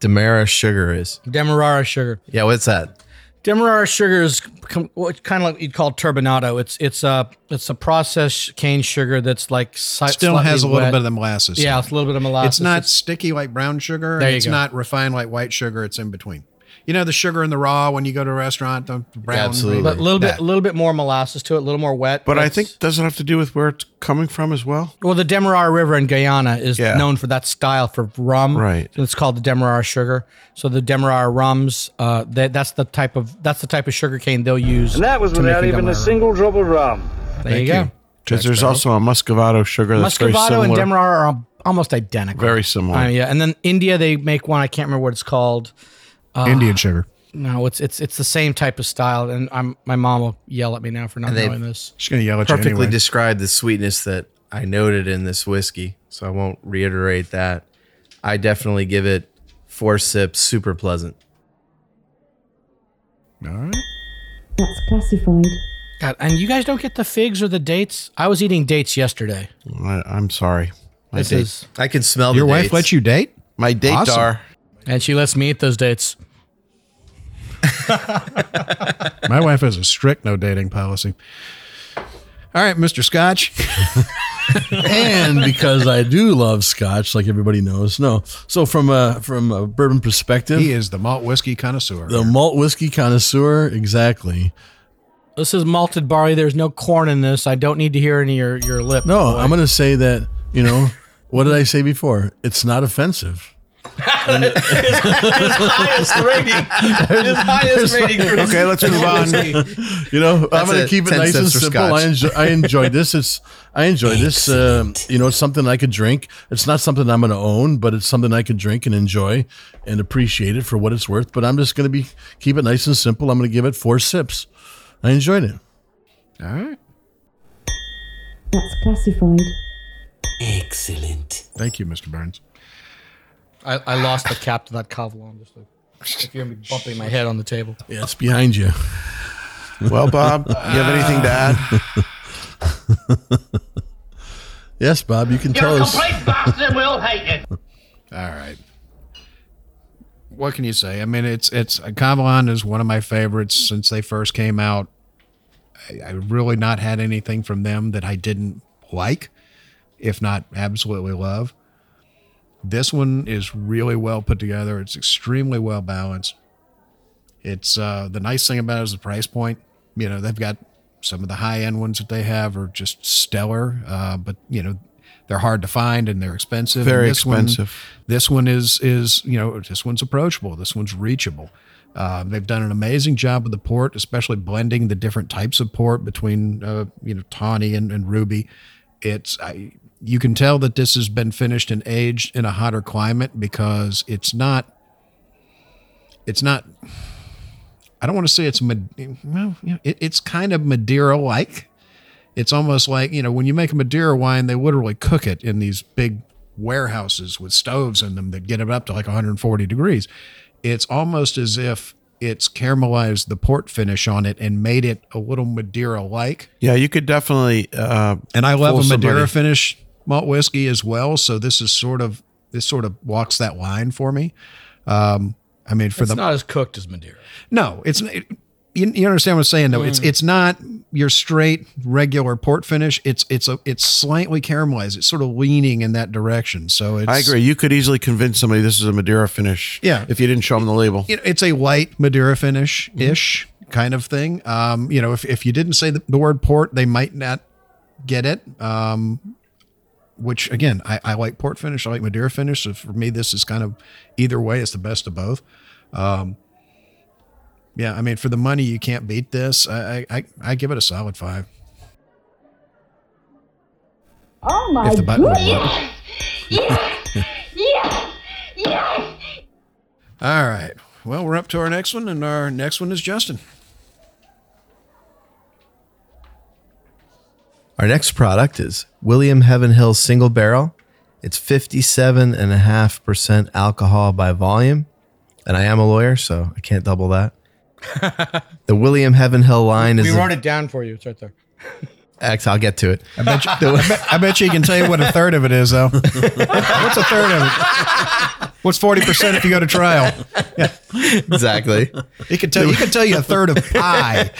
Speaker 5: Demerara sugar is.
Speaker 4: Demerara sugar.
Speaker 5: Yeah, what's that?
Speaker 4: Demerara sugar is com- what kind of like you'd call turbinado. It's it's a it's a processed cane sugar that's like si-
Speaker 2: Still
Speaker 4: slightly
Speaker 2: has a little
Speaker 4: wet.
Speaker 2: bit of the molasses.
Speaker 4: Yeah,
Speaker 2: in
Speaker 4: it's a little bit of molasses.
Speaker 2: It's not sticky like brown sugar. and
Speaker 4: There you
Speaker 2: it's
Speaker 4: go.
Speaker 2: not refined like white sugar. It's in between. You know the sugar in the raw when you go to a restaurant, the brown.
Speaker 5: Absolutely.
Speaker 4: but a little
Speaker 2: that.
Speaker 4: bit a little bit more molasses to it, a little more wet.
Speaker 6: But I
Speaker 4: It's-
Speaker 6: think does it have to do with where it's coming from as well?
Speaker 4: Well, the Demerara River in Guyana is
Speaker 6: Yeah.
Speaker 4: known for that style for rum.
Speaker 6: Right.
Speaker 4: It's called the Demerara sugar. So the Demerara rums, uh, that that's the type of that's the type of sugar cane they'll use.
Speaker 12: And that was
Speaker 4: to make
Speaker 12: without even
Speaker 4: Demerara
Speaker 12: a single drop of rum.
Speaker 4: rum. There you go.
Speaker 6: Because there's also a Muscovado sugar that's
Speaker 4: Muscovado
Speaker 6: very
Speaker 4: and
Speaker 6: similar.
Speaker 4: Demerara are al- almost identical.
Speaker 6: very similar.
Speaker 4: Uh, yeah, and then India they make one. I can't remember what it's called. Uh,
Speaker 2: Indian sugar.
Speaker 4: No, it's it's it's the same type of style. And I'm my mom will yell at me now for not
Speaker 5: And they
Speaker 4: knowing this.
Speaker 2: She's gonna yell at
Speaker 5: perfectly
Speaker 2: you anyway.
Speaker 5: described the sweetness that I noted in this whiskey, so I won't reiterate that. I definitely give it four sips, super pleasant.
Speaker 2: All right.
Speaker 8: That's classified.
Speaker 4: God, and you guys don't get the figs or the dates. I was eating dates yesterday.
Speaker 6: I, I'm sorry. My
Speaker 4: This
Speaker 6: date,
Speaker 4: is,
Speaker 5: I can smell
Speaker 2: Your
Speaker 5: the
Speaker 2: wife
Speaker 5: dates.
Speaker 2: lets you date?
Speaker 6: my date
Speaker 2: Awesome.
Speaker 6: dar.
Speaker 4: and she lets me eat those dates.
Speaker 2: My wife has a strict no dating policy. All right, Mr. Scotch.
Speaker 3: and because I do love Scotch, like everybody knows. No, so from a from a bourbon perspective,
Speaker 2: He is the malt whiskey connoisseur.
Speaker 3: the malt whiskey connoisseur, exactly.
Speaker 4: This is malted barley. There's no corn in this. I don't need to hear any of your, your lip.
Speaker 3: No, Oh, I'm going to say that. You know, (laughs) what did I say before? It's not offensive.
Speaker 6: (laughs) Okay, (laughs) let's move on.
Speaker 3: You know, I'm
Speaker 5: That's
Speaker 3: going
Speaker 5: it.
Speaker 3: to keep it
Speaker 5: Ten
Speaker 3: nice and
Speaker 5: sips of
Speaker 3: simple. I enjoy, I enjoy this. It's I enjoy this. Um, you know, it's something I could drink. It's not something I'm going to own, but it's something I could drink and enjoy and appreciate it for what it's worth. But I'm just going to be keep it nice and simple. I'm going to give it four sips. I enjoyed it.
Speaker 2: All right.
Speaker 8: That's classified.
Speaker 2: Thank you, Mr. Burns.
Speaker 4: I, I lost the cap to that Kavlon. Just like, if you're gonna be bumping my head on the table.
Speaker 3: Yeah, it's behind you.
Speaker 6: Well, Bob, you have anything to add?
Speaker 3: Yes, Bob, you can
Speaker 11: You're
Speaker 3: tell
Speaker 11: a
Speaker 3: us.
Speaker 11: complete bastard. We'll hate you.
Speaker 2: All right. What can you say? I mean, it's it's Kavalon is one of my favorites since they first came out. I, I really not had anything from them that I didn't like, if not absolutely love. This one is really well put together. It's extremely well balanced. It's uh, the nice thing about it is the price point. You know, they've got some of the high end ones that they have are just stellar, uh, but you know, they're hard to find and they're expensive. And
Speaker 6: Very
Speaker 2: this one-
Speaker 6: expensive.
Speaker 2: this one is is you know this one's approachable. This one's reachable. Uh, they've done an amazing job with the port, especially blending the different types of port between uh, you know tawny and, and ruby. It's I, you can tell that this has been finished and aged in a hotter climate because it's not it's not I don't want to say it's Mad- well, you know, it, it's kind of Madeira like. It's almost like you know when you make a Madeira wine, they literally cook it in these big warehouses with stoves in them that get it up to like 140 degrees. It's almost as if it's caramelized the port finish on it and made it a little Madeira like.
Speaker 6: (sighs) Yeah, you could definitely. Uh,
Speaker 2: And I love
Speaker 6: fool
Speaker 2: a Madeira
Speaker 6: somebody.
Speaker 2: finish malt whiskey as well. So this is sort of this sort of walks that line for me. Um, I mean, for
Speaker 4: it's
Speaker 2: the
Speaker 4: not as cooked as Madeira.
Speaker 2: no, it's it, you, you understand what I'm saying though. It's it's not your straight regular port finish. It's it's a it's slightly caramelized. It's sort of leaning in that direction. So it's
Speaker 6: I agree. You could easily convince somebody this is a Madeira finish.
Speaker 2: Yeah.
Speaker 6: If you didn't show them the label.
Speaker 2: You know, it's a white Madeira finish ish kind of thing. Um, you know, if if you didn't say the, the word port, they might not get it. Um, which again, I, I like port finish. I like Madeira finish. So for me, this is kind of either way. It's the best of both. Um, yeah, I mean, for the money, you can't beat this. I I, I, I give it a solid five.
Speaker 7: Oh my
Speaker 2: If the button would
Speaker 7: goodness.
Speaker 2: work.
Speaker 7: Yes. yes. Yes.
Speaker 8: (laughs)
Speaker 2: All right. Well, we're up to our next one, and our next one is Justin.
Speaker 5: Our next product is William Heaven Hill Single Barrel. It's 57.5% alcohol by volume. And I am a lawyer, so I can't double
Speaker 11: (laughs)
Speaker 5: that. the William Heaven Hill line is.
Speaker 4: we wrote it down for you. It's right there.
Speaker 5: X, I'll get to it.
Speaker 2: I bet you, I bet, I bet you can tell you what a third of it is, though. What's a third of it? What's forty percent if you go to trial?
Speaker 11: (laughs)
Speaker 5: exactly.
Speaker 2: He can tell you can tell you a third of pie.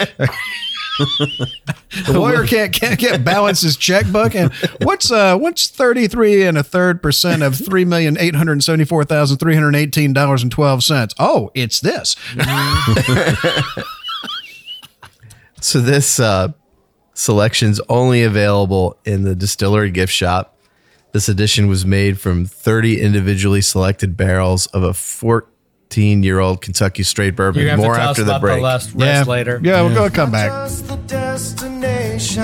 Speaker 2: the lawyer can't can't get balance his checkbook and what's uh what's thirty three and a third percent of three million eight hundred seventy four thousand three hundred eighteen dollars and twelve cents? Oh, it's this.
Speaker 5: So this uh, selection's only available in the distillery gift shop. This edition was made from 30 individually selected barrels of a 14-year-old Kentucky straight bourbon.
Speaker 4: You're gonna have
Speaker 5: More
Speaker 4: to tell
Speaker 5: after
Speaker 4: us
Speaker 5: the
Speaker 4: about
Speaker 5: break.
Speaker 4: the last
Speaker 2: yeah,
Speaker 4: rest later.
Speaker 2: yeah, we'll go come back.
Speaker 9: Just the destination,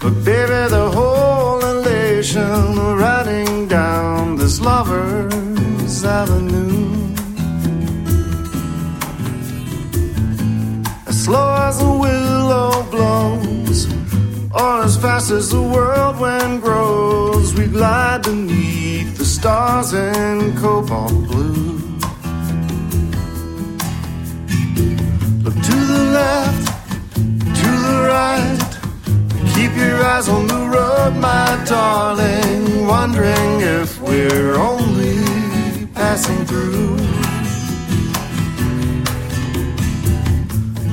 Speaker 9: but baby, the whole elation riding down this lover's avenue. As slow as a willow blows, or as fast as the world wind grows, we glide beneath the stars in cobalt blue. Look to the left, to the right. Keep your eyes on the road, my darling. Wondering if we're only passing through.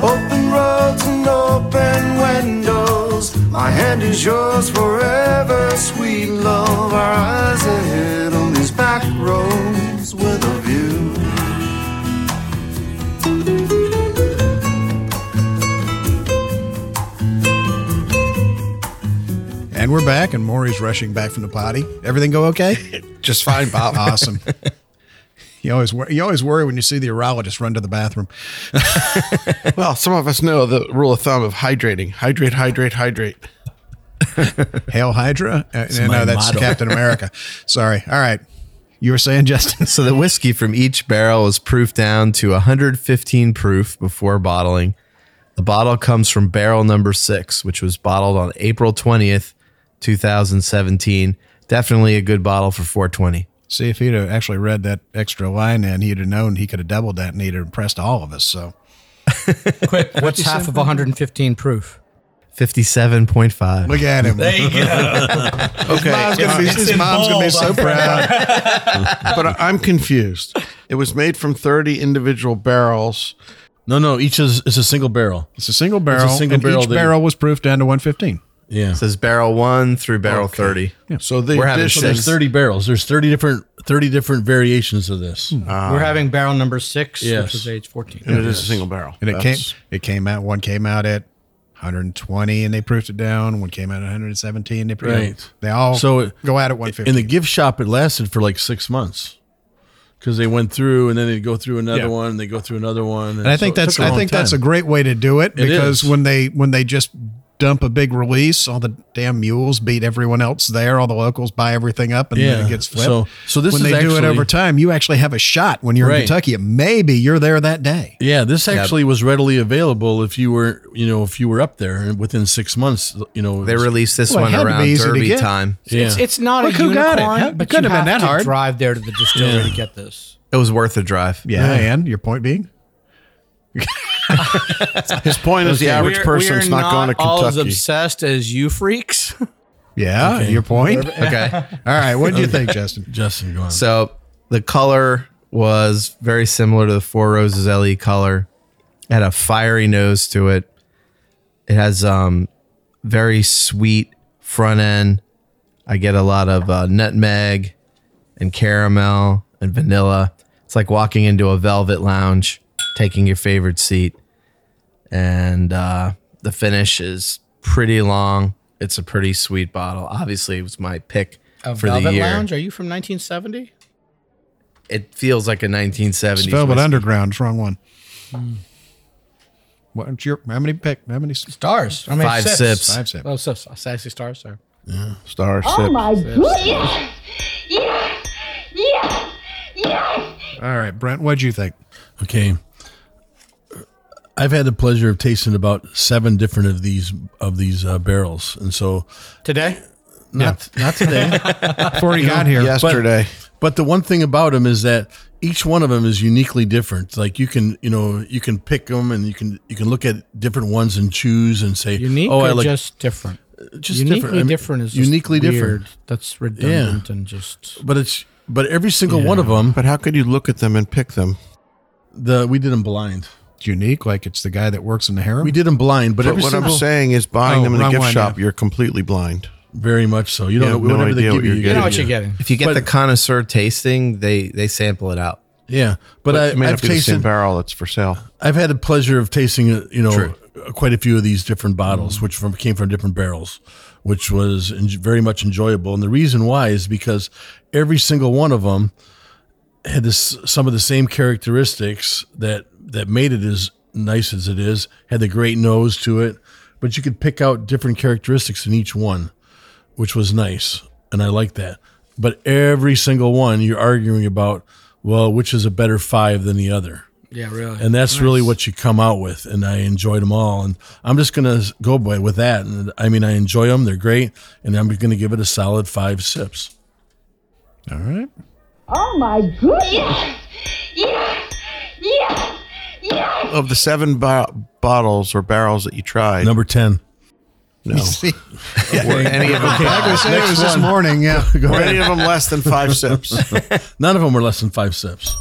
Speaker 9: Open roads and open windows. My hand is yours forever, sweet love. Our eyes ahead on these back roads with a view.
Speaker 2: And we're back, and Maury's rushing back from the potty. Everything go okay?
Speaker 6: Just fine, Bob.
Speaker 2: awesome. (laughs) You always wor- you always worry when you see the urologist run to the bathroom.
Speaker 6: well, some of us know the rule of thumb of hydrating. Hydrate, hydrate, hydrate.
Speaker 2: Hail Hydra? Uh,
Speaker 5: It's
Speaker 2: no,
Speaker 5: my
Speaker 2: that's
Speaker 5: motto.
Speaker 2: Captain America. Sorry. All right. You were saying, Justin?
Speaker 5: So the whiskey from each barrel is proofed down to 115 proof before bottling. The bottle comes from barrel number six, which was bottled on April 20th, 2017. Definitely a good bottle for 420.
Speaker 2: See, if he'd have actually read that extra line in, he'd have known he could have doubled that and he'd have impressed all of us. So,
Speaker 4: Quick, what's half of 115 proof?
Speaker 5: 57.5.
Speaker 2: look at him.
Speaker 4: you
Speaker 6: (laughs)
Speaker 4: go.
Speaker 6: Okay.
Speaker 2: Mom's gonna be, his mom's going to be so proud. (laughs)
Speaker 6: but I- I'm confused. It was made from 30 individual barrels.
Speaker 3: No, no, each is, is a single barrel.
Speaker 2: It's a single barrel.
Speaker 3: single
Speaker 2: and
Speaker 3: barrel
Speaker 2: Each
Speaker 3: that-
Speaker 2: barrel was proofed down to 115.
Speaker 3: Yeah.
Speaker 5: It says barrel one through barrel 30.
Speaker 6: So they
Speaker 5: We're having
Speaker 6: this-
Speaker 3: So there's 30 barrels. There's 30 different 30 different variations of this.
Speaker 2: Hmm.
Speaker 4: We're having barrel number six,
Speaker 3: Yes.
Speaker 4: which is age 14.
Speaker 6: and it is a single barrel.
Speaker 2: And it
Speaker 6: That's-
Speaker 2: came it came out, one came out at 120 and they proofed it down. One came out at 117. They, proofed
Speaker 3: Right.
Speaker 2: They all
Speaker 3: So it-
Speaker 2: go out at
Speaker 3: In
Speaker 2: 115.
Speaker 3: the gift shop, it lasted for like six months because they went through and then they'd go through another
Speaker 2: Yeah.
Speaker 3: one, they go through another one.
Speaker 2: And I think that's I think that's a great way to do it
Speaker 3: It
Speaker 2: because
Speaker 3: is.
Speaker 2: when they when they just dump a big release. All the damn mules beat everyone else there. All the locals buy everything up, and then
Speaker 3: Yeah.
Speaker 2: it gets flipped.
Speaker 3: So- so this
Speaker 2: when
Speaker 3: is
Speaker 2: they do it
Speaker 3: actually-
Speaker 2: over time, you actually have a shot when you're in
Speaker 3: Right.
Speaker 2: Kentucky. Maybe you're there that day.
Speaker 3: Yeah, this actually was readily available if you were, you know, if you were up there and within six months, you know,
Speaker 5: They released this
Speaker 2: Well,
Speaker 5: one
Speaker 2: it had to be
Speaker 5: around
Speaker 2: easy to
Speaker 5: Derby
Speaker 2: get.
Speaker 5: time.
Speaker 3: Yeah.
Speaker 4: It's, it's not
Speaker 2: Look
Speaker 4: a
Speaker 2: who got
Speaker 4: unicorn,
Speaker 2: it. How-
Speaker 4: but
Speaker 2: couldn't
Speaker 4: you
Speaker 2: have
Speaker 4: have
Speaker 2: been that
Speaker 4: to
Speaker 2: hard.
Speaker 4: drive there to the distillery to get this.
Speaker 5: It was worth the drive.
Speaker 2: Yeah, and your point being,
Speaker 6: His point is the average person's not, going to
Speaker 4: all as
Speaker 6: Kentucky.
Speaker 4: obsessed as you (laughs) freaks.
Speaker 2: yeah,
Speaker 3: Okay.
Speaker 2: your point.
Speaker 5: Okay.
Speaker 2: All right, what do you think, Justin?
Speaker 3: Justin, go on.
Speaker 5: So the color was very similar to the Four Roses LE color. It had a fiery nose to it. It has um very sweet front end. I get a lot of uh, nutmeg and caramel and vanilla. It's like walking into a velvet lounge, taking your favorite seat. And uh, the finish is pretty long. It's a pretty sweet bottle. Obviously, it was my pick
Speaker 4: A
Speaker 5: for
Speaker 4: Velvet
Speaker 5: the year
Speaker 4: Lounge? Are you from 1970?
Speaker 5: it feels like a 1970s.
Speaker 2: It's Velvet
Speaker 5: whiskey.
Speaker 2: Underground. It's wrong one. What's your how many pick? How many s-
Speaker 4: Stars. I mean,
Speaker 5: Five sips.
Speaker 2: five seven?
Speaker 4: Oh, sips. I say stars, sir.
Speaker 6: Star
Speaker 7: Oh
Speaker 6: sip.
Speaker 7: my goodness. Yes. Yes. Yes.
Speaker 2: All right, Brent, what'd you think?
Speaker 3: Okay. I've had the pleasure of tasting about seven different of these of these uh, barrels, and so
Speaker 4: Today?
Speaker 3: not (laughs) not today,
Speaker 2: Before (laughs) he got here,
Speaker 6: Yesterday.
Speaker 3: but the one thing about them is that each one of them is uniquely different. Like you can you know you can pick them and you can you can look at different ones and choose and say,
Speaker 4: Unique
Speaker 3: oh, I
Speaker 4: or
Speaker 3: like
Speaker 4: just different?
Speaker 3: just
Speaker 4: uniquely
Speaker 3: different. I mean,
Speaker 4: different is just
Speaker 3: uniquely different,
Speaker 4: weird. That's redundant and just.
Speaker 3: but it's but every single one of them
Speaker 6: But how could you look at them and pick them?
Speaker 3: the we did them blind.
Speaker 2: It's unique. Like it's the guy that works in the harem.
Speaker 3: We did them blind, but,
Speaker 6: But
Speaker 3: every
Speaker 6: what
Speaker 3: single
Speaker 6: I'm saying is buying
Speaker 2: Oh,
Speaker 6: them in the
Speaker 2: wrong
Speaker 6: gift
Speaker 2: one,
Speaker 6: shop,
Speaker 2: yeah.
Speaker 6: you're completely blind.
Speaker 3: very much so. You
Speaker 6: You
Speaker 3: don't
Speaker 6: have
Speaker 3: know
Speaker 6: no
Speaker 3: whatever they
Speaker 6: idea
Speaker 3: give
Speaker 6: what
Speaker 3: you,
Speaker 6: you're
Speaker 3: you
Speaker 4: You
Speaker 3: get
Speaker 4: know
Speaker 3: it.
Speaker 4: what you're getting.
Speaker 5: If you get
Speaker 3: But-
Speaker 5: the connoisseur tasting, they they sample it out.
Speaker 3: Yeah, but,
Speaker 6: But it may
Speaker 3: I, Uh,
Speaker 6: not
Speaker 3: I've
Speaker 6: be the same
Speaker 3: tasted.
Speaker 6: barrel that's for sale.
Speaker 3: I've had the pleasure of tasting, uh, you know, quite a few of these different bottles, which from, came from different barrels, which was en- very much enjoyable. And the reason why is because every single one of them had this some of the same characteristics that that made it as nice as it is. Had the great nose to it, but you could pick out different characteristics in each one, which was nice, and I like that. But every single one, you're arguing about, well, which is a better five than the other
Speaker 4: Yeah, really.
Speaker 3: and that's really what you come out with and i enjoyed them all and i'm just gonna go by with that and i mean i enjoy them they're great and i'm gonna give it a solid five sips
Speaker 2: All right.
Speaker 7: Oh my goodness. Yes. Yes. Yes. Yes.
Speaker 6: Of the seven bo- bottles or barrels that you tried, (laughs)
Speaker 3: number 10
Speaker 6: no.
Speaker 3: (laughs)
Speaker 2: See,
Speaker 6: Were any of them,
Speaker 2: like we said, it was this morning. (laughs) Yeah.
Speaker 6: were any of them less than five sips? Okay,
Speaker 3: none of them were less than five sips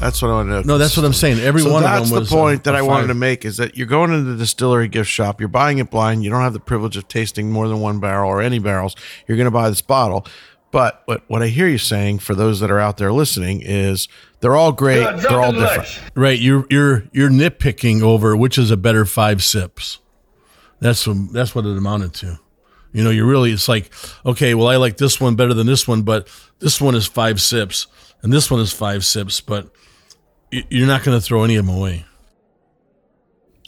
Speaker 6: that's what I wanted to know.
Speaker 3: no that's what i'm saying every
Speaker 6: So
Speaker 3: one of them
Speaker 6: that's
Speaker 3: was uh,
Speaker 6: the point that
Speaker 3: I
Speaker 6: I wanted to make is that you're going into the distillery gift shop, you're buying it blind, you don't have the privilege of tasting more than one barrel or any barrels. You're going to buy this bottle. But what, what I hear you saying for those that are out there listening is they're all great, they're all different.
Speaker 3: right you're you're you're nitpicking over which is a better five sips that's what that's what it amounted to you know you're really it's like okay well i like this one better than this one but this one is five sips and this one is five sips but y- you're not going to throw any of them away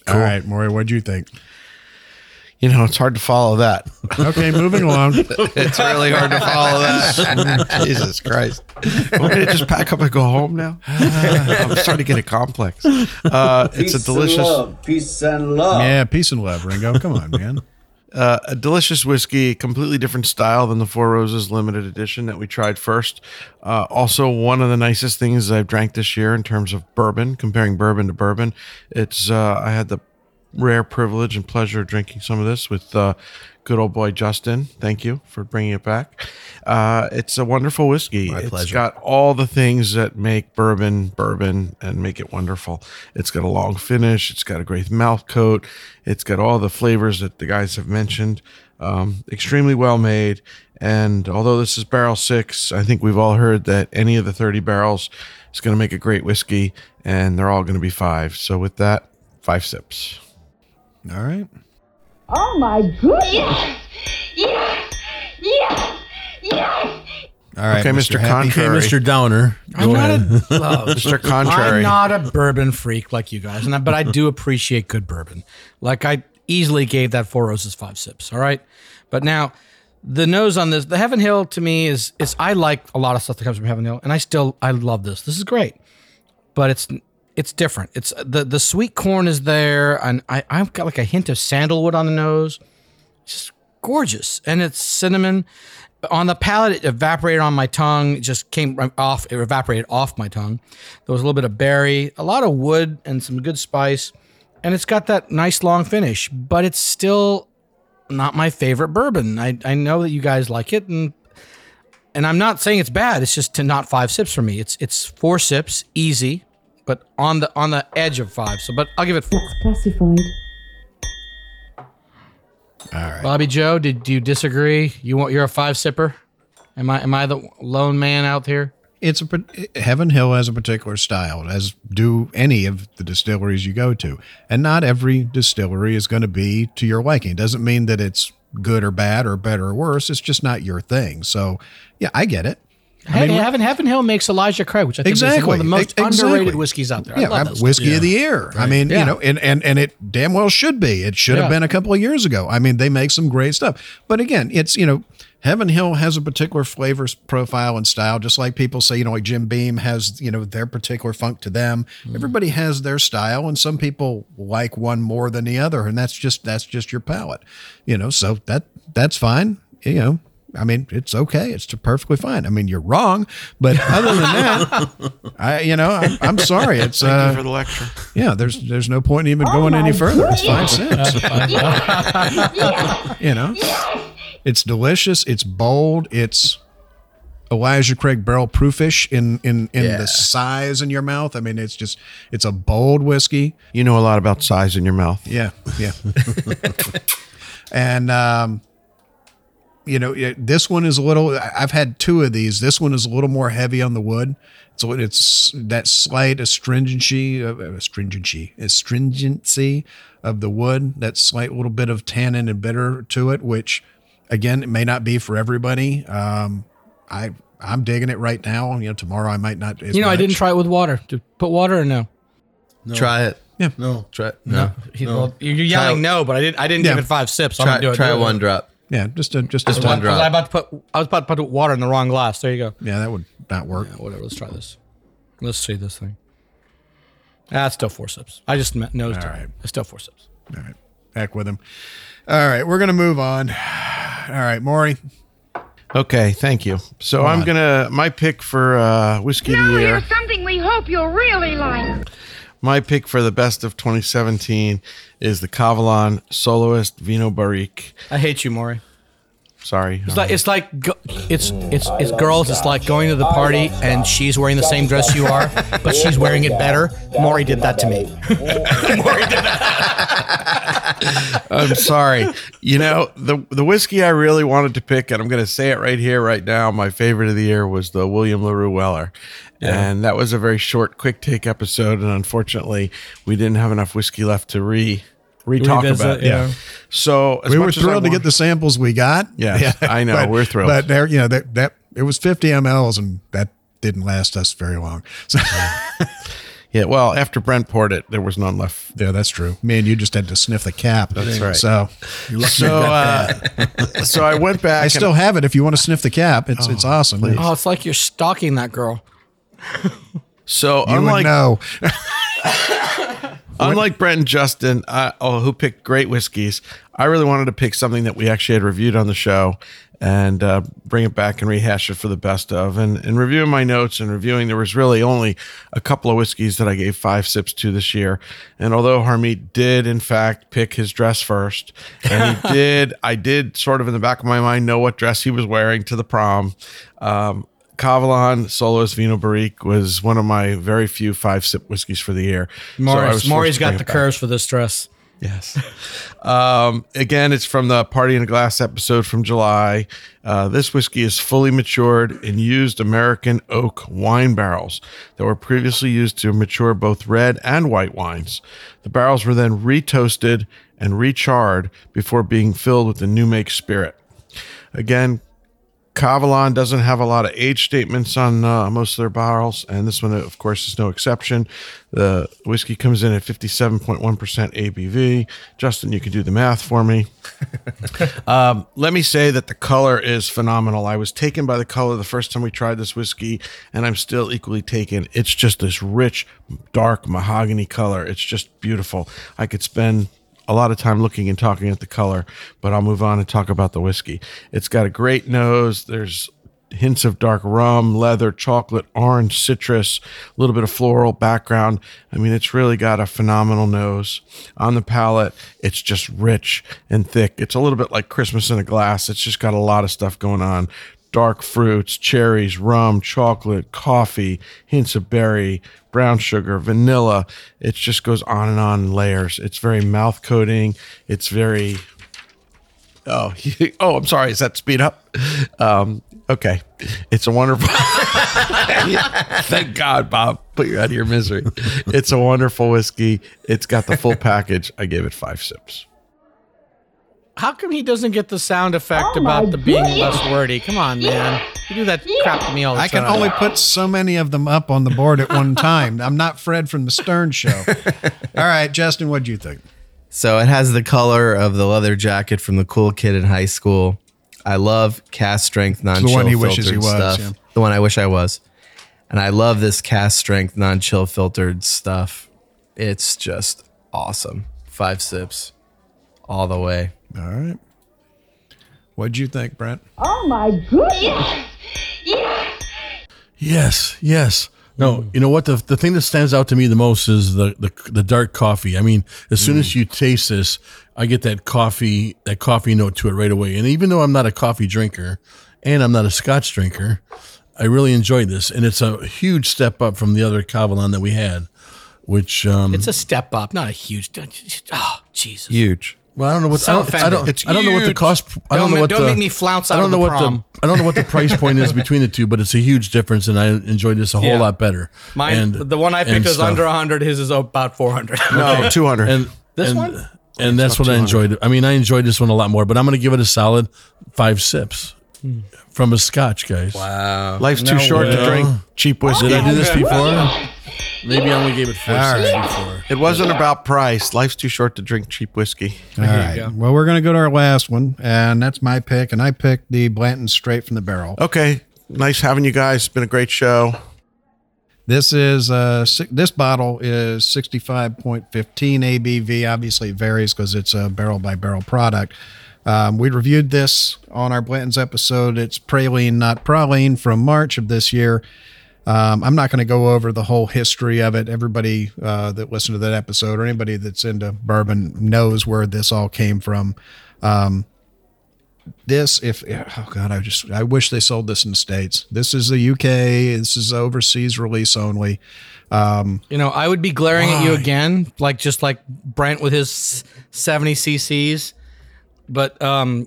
Speaker 2: All right, Maury, what'd you think?
Speaker 6: You know, it's hard to follow that.
Speaker 2: Okay, moving along.
Speaker 5: It's really hard to follow that.
Speaker 6: (laughs) Jesus Christ. Want me to just pack up and go home (laughs) now? I'm starting to get a complex. Uh, it's a delicious.
Speaker 12: Peace and love.
Speaker 2: (laughs) Yeah, peace and love, Ringo. Come on, (laughs) man.
Speaker 6: uh, a delicious whiskey, completely different style than the Four Roses limited edition that we tried first. Uh, also, one of the nicest things I've drank this year in terms of bourbon, comparing bourbon to bourbon, it's uh, I had the rare privilege and pleasure of drinking some of this with uh, good old boy Justin. Thank you for bringing it back. Uh, it's a wonderful whiskey. It's
Speaker 5: pleasure.
Speaker 6: got all the things that make bourbon bourbon and make it wonderful. It's got a long finish. It's got a great mouth coat. It's got all the flavors that the guys have mentioned. Um, extremely well made. And although this is barrel six, I think we've all heard that any of the 30 barrels is going to make a great whiskey, and they're all going to be five. So, with that, five sips.
Speaker 2: All right.
Speaker 7: Oh my goodness. Yes. Yes. Yes. Yes.
Speaker 2: All right.
Speaker 6: Okay, Mr.
Speaker 2: Happy.
Speaker 3: okay
Speaker 6: Contrary.
Speaker 3: mr downer
Speaker 4: I'm not, a, love.
Speaker 6: Mr. Contrary.
Speaker 4: I'm not a bourbon freak like you guys, and I, but I do appreciate good bourbon. Like I, easily gave that four roses five sips. All right, but now the nose on this, the Heaven Hill to me is is I like a lot of stuff that comes from Heaven Hill, and I still I love this. This is great, but it's it's different. It's the the sweet corn is there, and I I've got like a hint of sandalwood on the nose, just gorgeous, and it's cinnamon. On the palate, it evaporated on my tongue. It just came right off. It evaporated off my tongue. There was a little bit of berry, a lot of wood, and some good spice, and it's got that nice long finish. But it's still not my favorite bourbon. I, I know that you guys like it, and and I'm not saying it's bad. It's just to not five sips for me. It's it's four sips, easy, but on the on the edge of five. So, but I'll give it four.
Speaker 8: Classified.
Speaker 4: Bobby Joe, did do you disagree? You want you're a five sipper? Am I am I the lone man out here?
Speaker 2: It's a par- Heaven Hill has a particular style, as do any of the distilleries you go to. And not every distillery is going to be to your liking. It doesn't mean that it's good or bad or better or worse. It's just not your thing. So, yeah, I get it.
Speaker 4: Hey, Heaven Heaven Hill makes Elijah Craig, which I think is one
Speaker 2: Exactly.
Speaker 4: of the most
Speaker 2: E- exactly.
Speaker 4: underrated whiskeys out there. I
Speaker 2: Yeah,
Speaker 4: love
Speaker 2: I'm
Speaker 4: that stuff.
Speaker 2: whiskey of the year. I mean,
Speaker 4: Yeah.
Speaker 2: you know, and, and and it damn well should be. It should
Speaker 4: Yeah.
Speaker 2: have been a couple of years ago. I mean, they make some great stuff. But again, it's you know, Heaven Hill has a particular flavor s- profile and style, just like people say, you know, like Jim Beam has, you know, their particular funk to them.
Speaker 4: Mm.
Speaker 2: Everybody has their style, and some people like one more than the other, and that's just that's just your palate. You know, so that that's fine. You know. I mean, it's okay. It's perfectly fine. I mean, you're wrong, but other
Speaker 4: (laughs)
Speaker 2: than that, I, you know, I'm, I'm
Speaker 6: (laughs)
Speaker 2: sorry. It's
Speaker 6: Thank
Speaker 2: uh,
Speaker 6: you for the lecture.
Speaker 2: yeah, there's there's no point in even going any further. It's five cents. (laughs) you know, it's delicious. It's bold. It's Elijah Craig barrel proofish in in in the size in your mouth. I mean, it's just it's a bold whiskey.
Speaker 6: You know a lot about size in your mouth.
Speaker 2: Yeah, yeah. (laughs) and um, you know, it- this one is a little. I- I've had two of these. This one is a little more heavy on the wood. So it's that slight astringency, uh, astringency, astringency of the wood. That slight little bit of tannin and bitter to it, which again, it may not be for everybody. Um, I I'm digging it right now. You know, tomorrow I might not. as
Speaker 4: You know, I
Speaker 2: much.
Speaker 4: didn't try it with water. Do- Put water or no?
Speaker 5: Try it.
Speaker 2: Yeah.
Speaker 3: No.
Speaker 5: Try it. No.
Speaker 4: He- well, you're yelling
Speaker 5: Try-
Speaker 4: no, but I didn't. I didn't
Speaker 2: Yeah.
Speaker 4: give it five sips. So I'm
Speaker 5: Try,
Speaker 4: gonna do it.
Speaker 5: try
Speaker 4: Do it.
Speaker 5: one drop.
Speaker 2: Yeah, just a, just,
Speaker 5: Just
Speaker 2: a
Speaker 5: one
Speaker 4: I was
Speaker 5: drop.
Speaker 4: about to put. I was about to put water in the wrong glass. There you go.
Speaker 2: Yeah, that would not work.
Speaker 4: Whatever. Let's try this. Let's see this thing. That's still four sips. I just me- nosed
Speaker 2: All
Speaker 4: it.
Speaker 2: right.
Speaker 4: It's still four sips.
Speaker 2: All right. Back with him. All right. We're going to move on. All right. Maury.
Speaker 6: Okay, thank you. So I'm gonna my pick for uh, whiskey of
Speaker 7: Now
Speaker 6: the year.
Speaker 7: here's something we hope you'll really like.
Speaker 6: My pick for the best of 2017 is the Cavalon Soloist Vino Barrique.
Speaker 4: I hate you, Maury.
Speaker 6: Sorry,
Speaker 4: It's like it's like go- it's it's it's girls. It's like going to the party and she's wearing the same dress you are, but she's wearing it better. Maury did that to me.
Speaker 3: (laughs)
Speaker 4: (laughs)
Speaker 6: I'm sorry. You know the the whiskey I really wanted to pick, and I'm going to say it right here, right now. My favorite of the year was the William Larue Weller, and that was a very short, quick take episode. And unfortunately, we didn't have enough whiskey left to re re talk
Speaker 4: Revisit,
Speaker 6: about. it.
Speaker 4: yeah.
Speaker 6: So as
Speaker 2: we were
Speaker 6: much as I
Speaker 2: thrilled to
Speaker 6: want-
Speaker 2: get the samples we got. (laughs)
Speaker 6: Yes, I know,
Speaker 2: but-
Speaker 6: we're thrilled.
Speaker 2: But there, you know, that, that it was 50 mLs and that didn't last us very long. (laughs) So
Speaker 6: Yeah, well, after Brent poured it, there was none left.
Speaker 2: yeah, that's true. Me and you just had to sniff the cap. That's
Speaker 6: right.
Speaker 2: So
Speaker 6: So, uh, so I went
Speaker 2: (laughs)
Speaker 6: back.
Speaker 2: I
Speaker 6: and-
Speaker 2: still have it. If you want to sniff the cap, it's, it's awesome.
Speaker 4: Oh, it's like you're stalking that girl.
Speaker 6: so
Speaker 2: You would
Speaker 6: unlike
Speaker 2: know.
Speaker 6: Unlike Brent and Justin, uh, oh, who picked great whiskeys, I really wanted to pick something that we actually had reviewed on the show and uh, bring it back and rehash it for the best of. And in reviewing my notes and reviewing, there was really only a couple of whiskeys that I gave five sips to this year. And although Harmeet did, in fact, pick his dress first, and he did, I did sort of in the back of my mind know what dress he was wearing to the prom. Um, Cavalon Solos Vino Barrique was one of my very few five sip whiskeys for the year. So I was
Speaker 4: Maury's,
Speaker 6: forced
Speaker 4: Maury's
Speaker 6: to bring
Speaker 4: got
Speaker 6: it
Speaker 4: the
Speaker 6: back.
Speaker 4: curves for this dress.
Speaker 6: Yes. (laughs) um, again, it's from the Party in a Glass episode from July. Uh, this whiskey is fully matured in used American oak wine barrels that were previously used to mature both red and white wines. The barrels were then retoasted and recharred before being filled with the new make spirit. Again, Cavalon doesn't have a lot of age statements on uh, most of their barrels, and this one, of course, is no exception. The whiskey comes in at 57.1% ABV. Justin, you can do the math for me. um, let me say that the color is phenomenal. I was taken by the color the first time we tried this whiskey, and I'm still equally taken. It's just this rich, dark mahogany color. It's just beautiful. I could spend a lot of time looking and talking at the color, but I'll move on and talk about the whiskey. It's got a great nose. There's hints of dark rum, leather, chocolate, orange, citrus, a little bit of floral background. I mean, it's really got a phenomenal nose. On the palate, it's just rich and thick. It's a little bit like Christmas in a glass. It's just got a lot of stuff going on. Dark fruits, cherries, rum, chocolate, coffee, hints of berry, brown sugar, vanilla. It just goes on and on in layers. It's very mouth coating. It's very Oh, (laughs) oh, I'm sorry. Is that speed up? Um, okay, it's a wonderful. (laughs) Thank God, Bob, put you out of your misery. It's a wonderful whiskey. It's got the full package. I gave it five sips.
Speaker 4: How come he doesn't get the sound effect
Speaker 2: Oh my
Speaker 4: about the being
Speaker 2: goodness.
Speaker 4: less wordy? Come on, man. You do that crap to me all the
Speaker 2: I
Speaker 4: time.
Speaker 2: can only put so many of them up on the board at one time. I'm not Fred from the Stern
Speaker 6: (laughs)
Speaker 2: Show. All right, Justin, what do you think?
Speaker 5: So it has the color of the leather jacket from the cool kid in high school. I love cast strength non chill
Speaker 2: The one he
Speaker 5: filtered
Speaker 2: wishes he was,
Speaker 5: stuff.
Speaker 2: yeah.
Speaker 5: The one I wish I was. And I love this cast strength non chill filtered stuff. It's just awesome. Five sips all the way.
Speaker 2: All right. What'd you think, Brent?
Speaker 8: Oh my goodness!
Speaker 3: Yes, yes. No,
Speaker 4: Mm.
Speaker 3: you know what? The, the thing that stands out to me the most is the the, the dark coffee. I mean, as soon
Speaker 4: Mm.
Speaker 3: as you taste this, I get that coffee that coffee note to it right away. And even though I'm not a coffee drinker, and I'm not a Scotch drinker, I really enjoyed this, and it's a huge step up from the other Cavalon that we had, which um,
Speaker 4: It's a step up, not a huge. Oh, Jesus.
Speaker 6: huge.
Speaker 3: Well, I don't know what
Speaker 4: So
Speaker 3: I don't, I
Speaker 4: offended.
Speaker 3: don't,
Speaker 4: It's
Speaker 3: I don't know what the
Speaker 4: huge.
Speaker 3: cost. I
Speaker 4: Don't
Speaker 3: don't, know
Speaker 4: ma-
Speaker 3: what.
Speaker 4: don't
Speaker 3: the,
Speaker 4: make me flounce out
Speaker 3: I don't
Speaker 4: of
Speaker 3: know
Speaker 4: the
Speaker 3: what
Speaker 4: prom.
Speaker 3: the. I don't know what
Speaker 2: (laughs)
Speaker 3: the price point is between the two, but it's a huge difference, and I enjoyed this a whole
Speaker 4: Yeah.
Speaker 3: lot better.
Speaker 4: Mine,
Speaker 3: And-
Speaker 4: the one I
Speaker 3: and
Speaker 4: picked was
Speaker 3: stuff.
Speaker 4: under 100. His is about 400.
Speaker 3: Okay. And
Speaker 4: This
Speaker 3: and-
Speaker 4: one?
Speaker 3: and that's what I enjoyed. I mean, I enjoyed this one a lot more, but I'm going to give it a solid five sips
Speaker 4: Hmm.
Speaker 3: from a Scotch, guys.
Speaker 4: Wow.
Speaker 6: Life's too short to drink cheap whiskey.
Speaker 3: Did I do this before? Maybe I only gave it four
Speaker 6: All
Speaker 3: sips
Speaker 6: right.
Speaker 3: before.
Speaker 6: It wasn't about price. Life's too short to drink cheap whiskey.
Speaker 2: All right. Well, we're going to go to our last one, and that's my pick. And I picked the Blanton straight from the barrel.
Speaker 6: Okay. Nice having you guys. It's been a great show.
Speaker 2: This is uh, si- this bottle is 65.15 ABV. Obviously, it varies because it's a barrel by barrel product. Um, we reviewed this on our Blanton's episode. It's praline, not praline, from March of this year. Um, I'm not going to go over the whole history of it. Everybody uh, that listened to that episode or anybody that's into bourbon knows where this all came from. Um, this if oh god i just i wish they sold this in the states this is the uk this is overseas release only um
Speaker 4: You know, I would be glaring at you
Speaker 2: Why?
Speaker 4: again, like just like Brent with his 70 cc's. But um,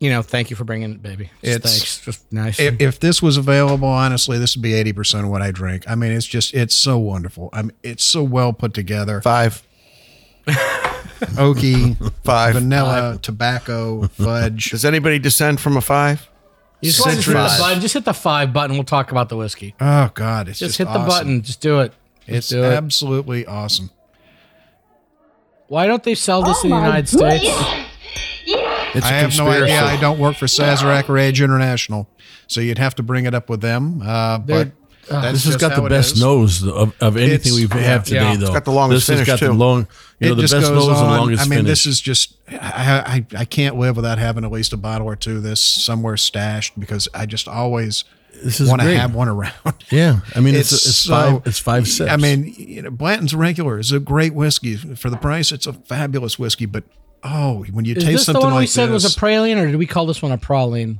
Speaker 4: you know, thank you for bringing it, baby. Just
Speaker 2: It's-
Speaker 4: thanks. Just nice.
Speaker 2: if, if this was available honestly this would be 80% of what i drink i mean it's just it's so wonderful i mean it's so well put together
Speaker 6: five
Speaker 2: oaky
Speaker 6: Five.
Speaker 2: vanilla tobacco fudge
Speaker 6: Does anybody descend from a five?
Speaker 4: You just, hit the
Speaker 6: Citrus.
Speaker 4: button, just hit the five button. We'll talk about the whiskey.
Speaker 2: oh god it's
Speaker 4: just,
Speaker 2: just,
Speaker 4: hit the
Speaker 2: awesome.
Speaker 4: button. Just do it. Just
Speaker 2: it's
Speaker 4: do it.
Speaker 2: absolutely awesome
Speaker 4: Why don't they sell
Speaker 7: Oh
Speaker 4: this in the
Speaker 13: my
Speaker 4: United States?
Speaker 6: It's
Speaker 2: I
Speaker 6: a
Speaker 2: have no
Speaker 6: conspiracy.
Speaker 2: idea. I don't work for Sazerac or Rage International, so you'd have to bring it up with them. Uh, but
Speaker 3: They're-
Speaker 2: that's
Speaker 3: this has
Speaker 2: just
Speaker 3: got
Speaker 2: how
Speaker 3: the
Speaker 2: it
Speaker 3: best
Speaker 2: is.
Speaker 3: nose of, of
Speaker 2: It's-
Speaker 3: anything we've
Speaker 2: yeah.
Speaker 3: have today,
Speaker 2: Yeah.
Speaker 3: though.
Speaker 2: It's got the longest
Speaker 3: this
Speaker 2: finish,
Speaker 3: has got
Speaker 2: too.
Speaker 3: the long, you know,
Speaker 2: it
Speaker 3: the
Speaker 2: just
Speaker 3: best
Speaker 2: goes
Speaker 3: nose
Speaker 2: on.
Speaker 3: and longest
Speaker 2: I mean,
Speaker 3: finish.
Speaker 2: this is just I, I I can't live without having at least a bottle or two of this somewhere stashed because I just always
Speaker 3: This is
Speaker 2: want to
Speaker 3: great.
Speaker 2: have one around.
Speaker 3: (laughs) yeah, I mean, it's it's, five it's five sips.
Speaker 2: I mean, you know, Blanton's Regular is a great whiskey for the price. It's a fabulous whiskey, but oh, when you
Speaker 4: Is
Speaker 2: taste
Speaker 4: this the
Speaker 2: something
Speaker 4: one
Speaker 2: like
Speaker 4: we said
Speaker 2: this,
Speaker 4: was a praline, or did we call this one a praline?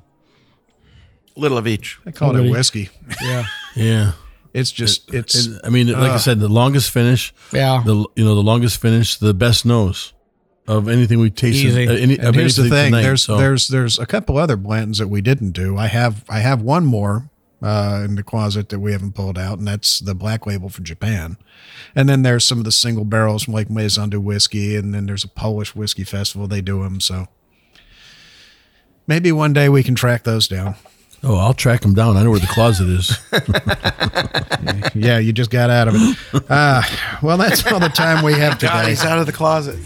Speaker 6: Little of each.
Speaker 2: I call it a
Speaker 3: Already.
Speaker 2: whiskey.
Speaker 4: Yeah.
Speaker 3: Yeah.
Speaker 2: It's just it's.
Speaker 3: I mean, like I
Speaker 2: uh,
Speaker 3: said, the longest finish.
Speaker 4: Yeah.
Speaker 3: The you know the longest finish, the best nose of anything we tasted.
Speaker 2: Easy.
Speaker 3: uh, any-
Speaker 2: and
Speaker 3: of
Speaker 2: here's the
Speaker 3: anything
Speaker 2: thing:
Speaker 3: tonight,
Speaker 2: there's
Speaker 3: so.
Speaker 2: there's there's a couple other Blantons that we didn't do. I have I have one more uh, in the closet that we haven't pulled out, and that's the Black Label for Japan. And then there's some of the single barrels from like Maison du Whiskey, and then there's a Polish whiskey festival. They do them, so maybe one day we can track those down.
Speaker 3: Oh, I'll track him down. I know where the closet is.
Speaker 2: yeah, you just got out of it. Uh, well, that's all the time we have today.
Speaker 6: God, he's out of
Speaker 2: (laughs)
Speaker 6: the closet.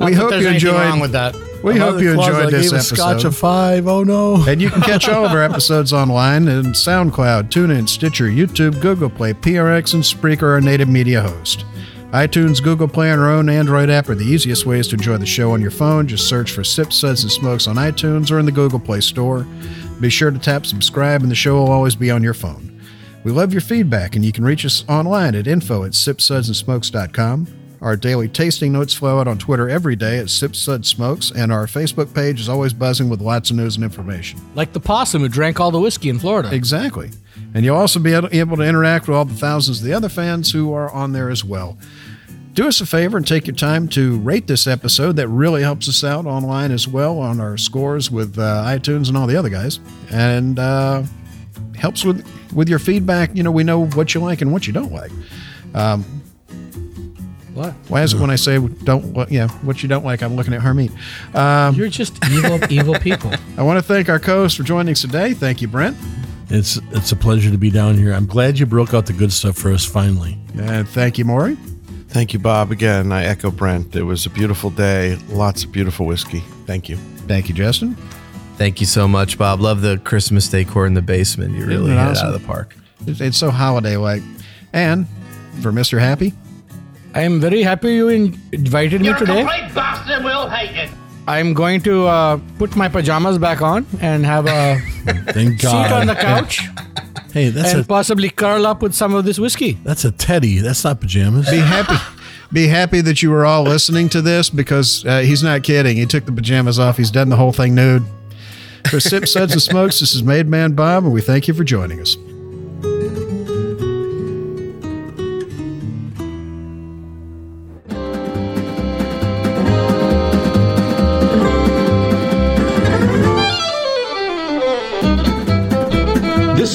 Speaker 2: we hope you enjoyed. (laughs) We
Speaker 3: I'm out of
Speaker 2: hope
Speaker 3: the
Speaker 2: you
Speaker 3: closet. I
Speaker 2: enjoyed this
Speaker 3: gave a
Speaker 2: episode.
Speaker 3: Scotch a five. Oh no!
Speaker 2: And you can catch all of our episodes online in SoundCloud, TuneIn, Stitcher, YouTube, Google Play, PRX, and Spreaker, our native media host. iTunes, Google Play, and our own Android app are the easiest ways to enjoy the show on your phone. Just search for Sip, Suds, and Smokes on iTunes or in the Google Play Store. Be sure to tap subscribe, and the show will always be on your phone. We love your feedback, and you can reach us online at info at sipsudsandsmokes.com. Our daily tasting notes flow out on Twitter every day at sipsudsmokes, and our Facebook page is always buzzing with lots of news and information.
Speaker 4: Like the possum who drank all the whiskey in Florida.
Speaker 2: Exactly. And you'll also be able able to interact with all the thousands of the other fans who are on there as well. Do us a favor and take your time to rate this episode. That really helps us out online as well on our scores with uh, iTunes and all the other guys. And uh, helps with, with your feedback. You know, we know what you like and what you don't like. Um,
Speaker 4: What?
Speaker 2: Why is it when I say don't, what- yeah, what you don't like, I'm looking at Hermit. Um,
Speaker 4: You're just evil, evil people.
Speaker 2: I want to thank our co host for joining us today. Thank you, Brent.
Speaker 3: It's it's a pleasure to be down here. I'm glad you broke out the good stuff for us finally.
Speaker 2: And thank you, Maury.
Speaker 6: Thank you, Bob. Again, I echo Brent. It was a beautiful day. Lots of beautiful whiskey. Thank you.
Speaker 2: Thank you, Justin.
Speaker 5: Thank you so much, Bob. Love the Christmas decor in the basement. You really
Speaker 2: it
Speaker 5: hit it
Speaker 2: awesome?
Speaker 5: out of the park.
Speaker 2: It's, it's so holiday like. And for Mr. Happy,
Speaker 4: I am very happy you in- invited me today.
Speaker 11: bastard, we'll hate it.
Speaker 4: I'm going to uh, put my pajamas back on and
Speaker 3: (laughs)
Speaker 4: have a
Speaker 3: Thank
Speaker 4: seat
Speaker 3: God.
Speaker 4: on the couch
Speaker 3: Hey, (laughs) that's
Speaker 4: and
Speaker 3: a
Speaker 4: possibly curl up with some of this whiskey.
Speaker 3: that's a teddy. That's not pajamas.
Speaker 2: be happy. Be happy that you were all listening to this because uh, he's not kidding. He took the pajamas off. He's done the whole thing nude. For Sip, Suds, and Smokes, this is Made Man Bob, and we thank you for joining us.
Speaker 1: This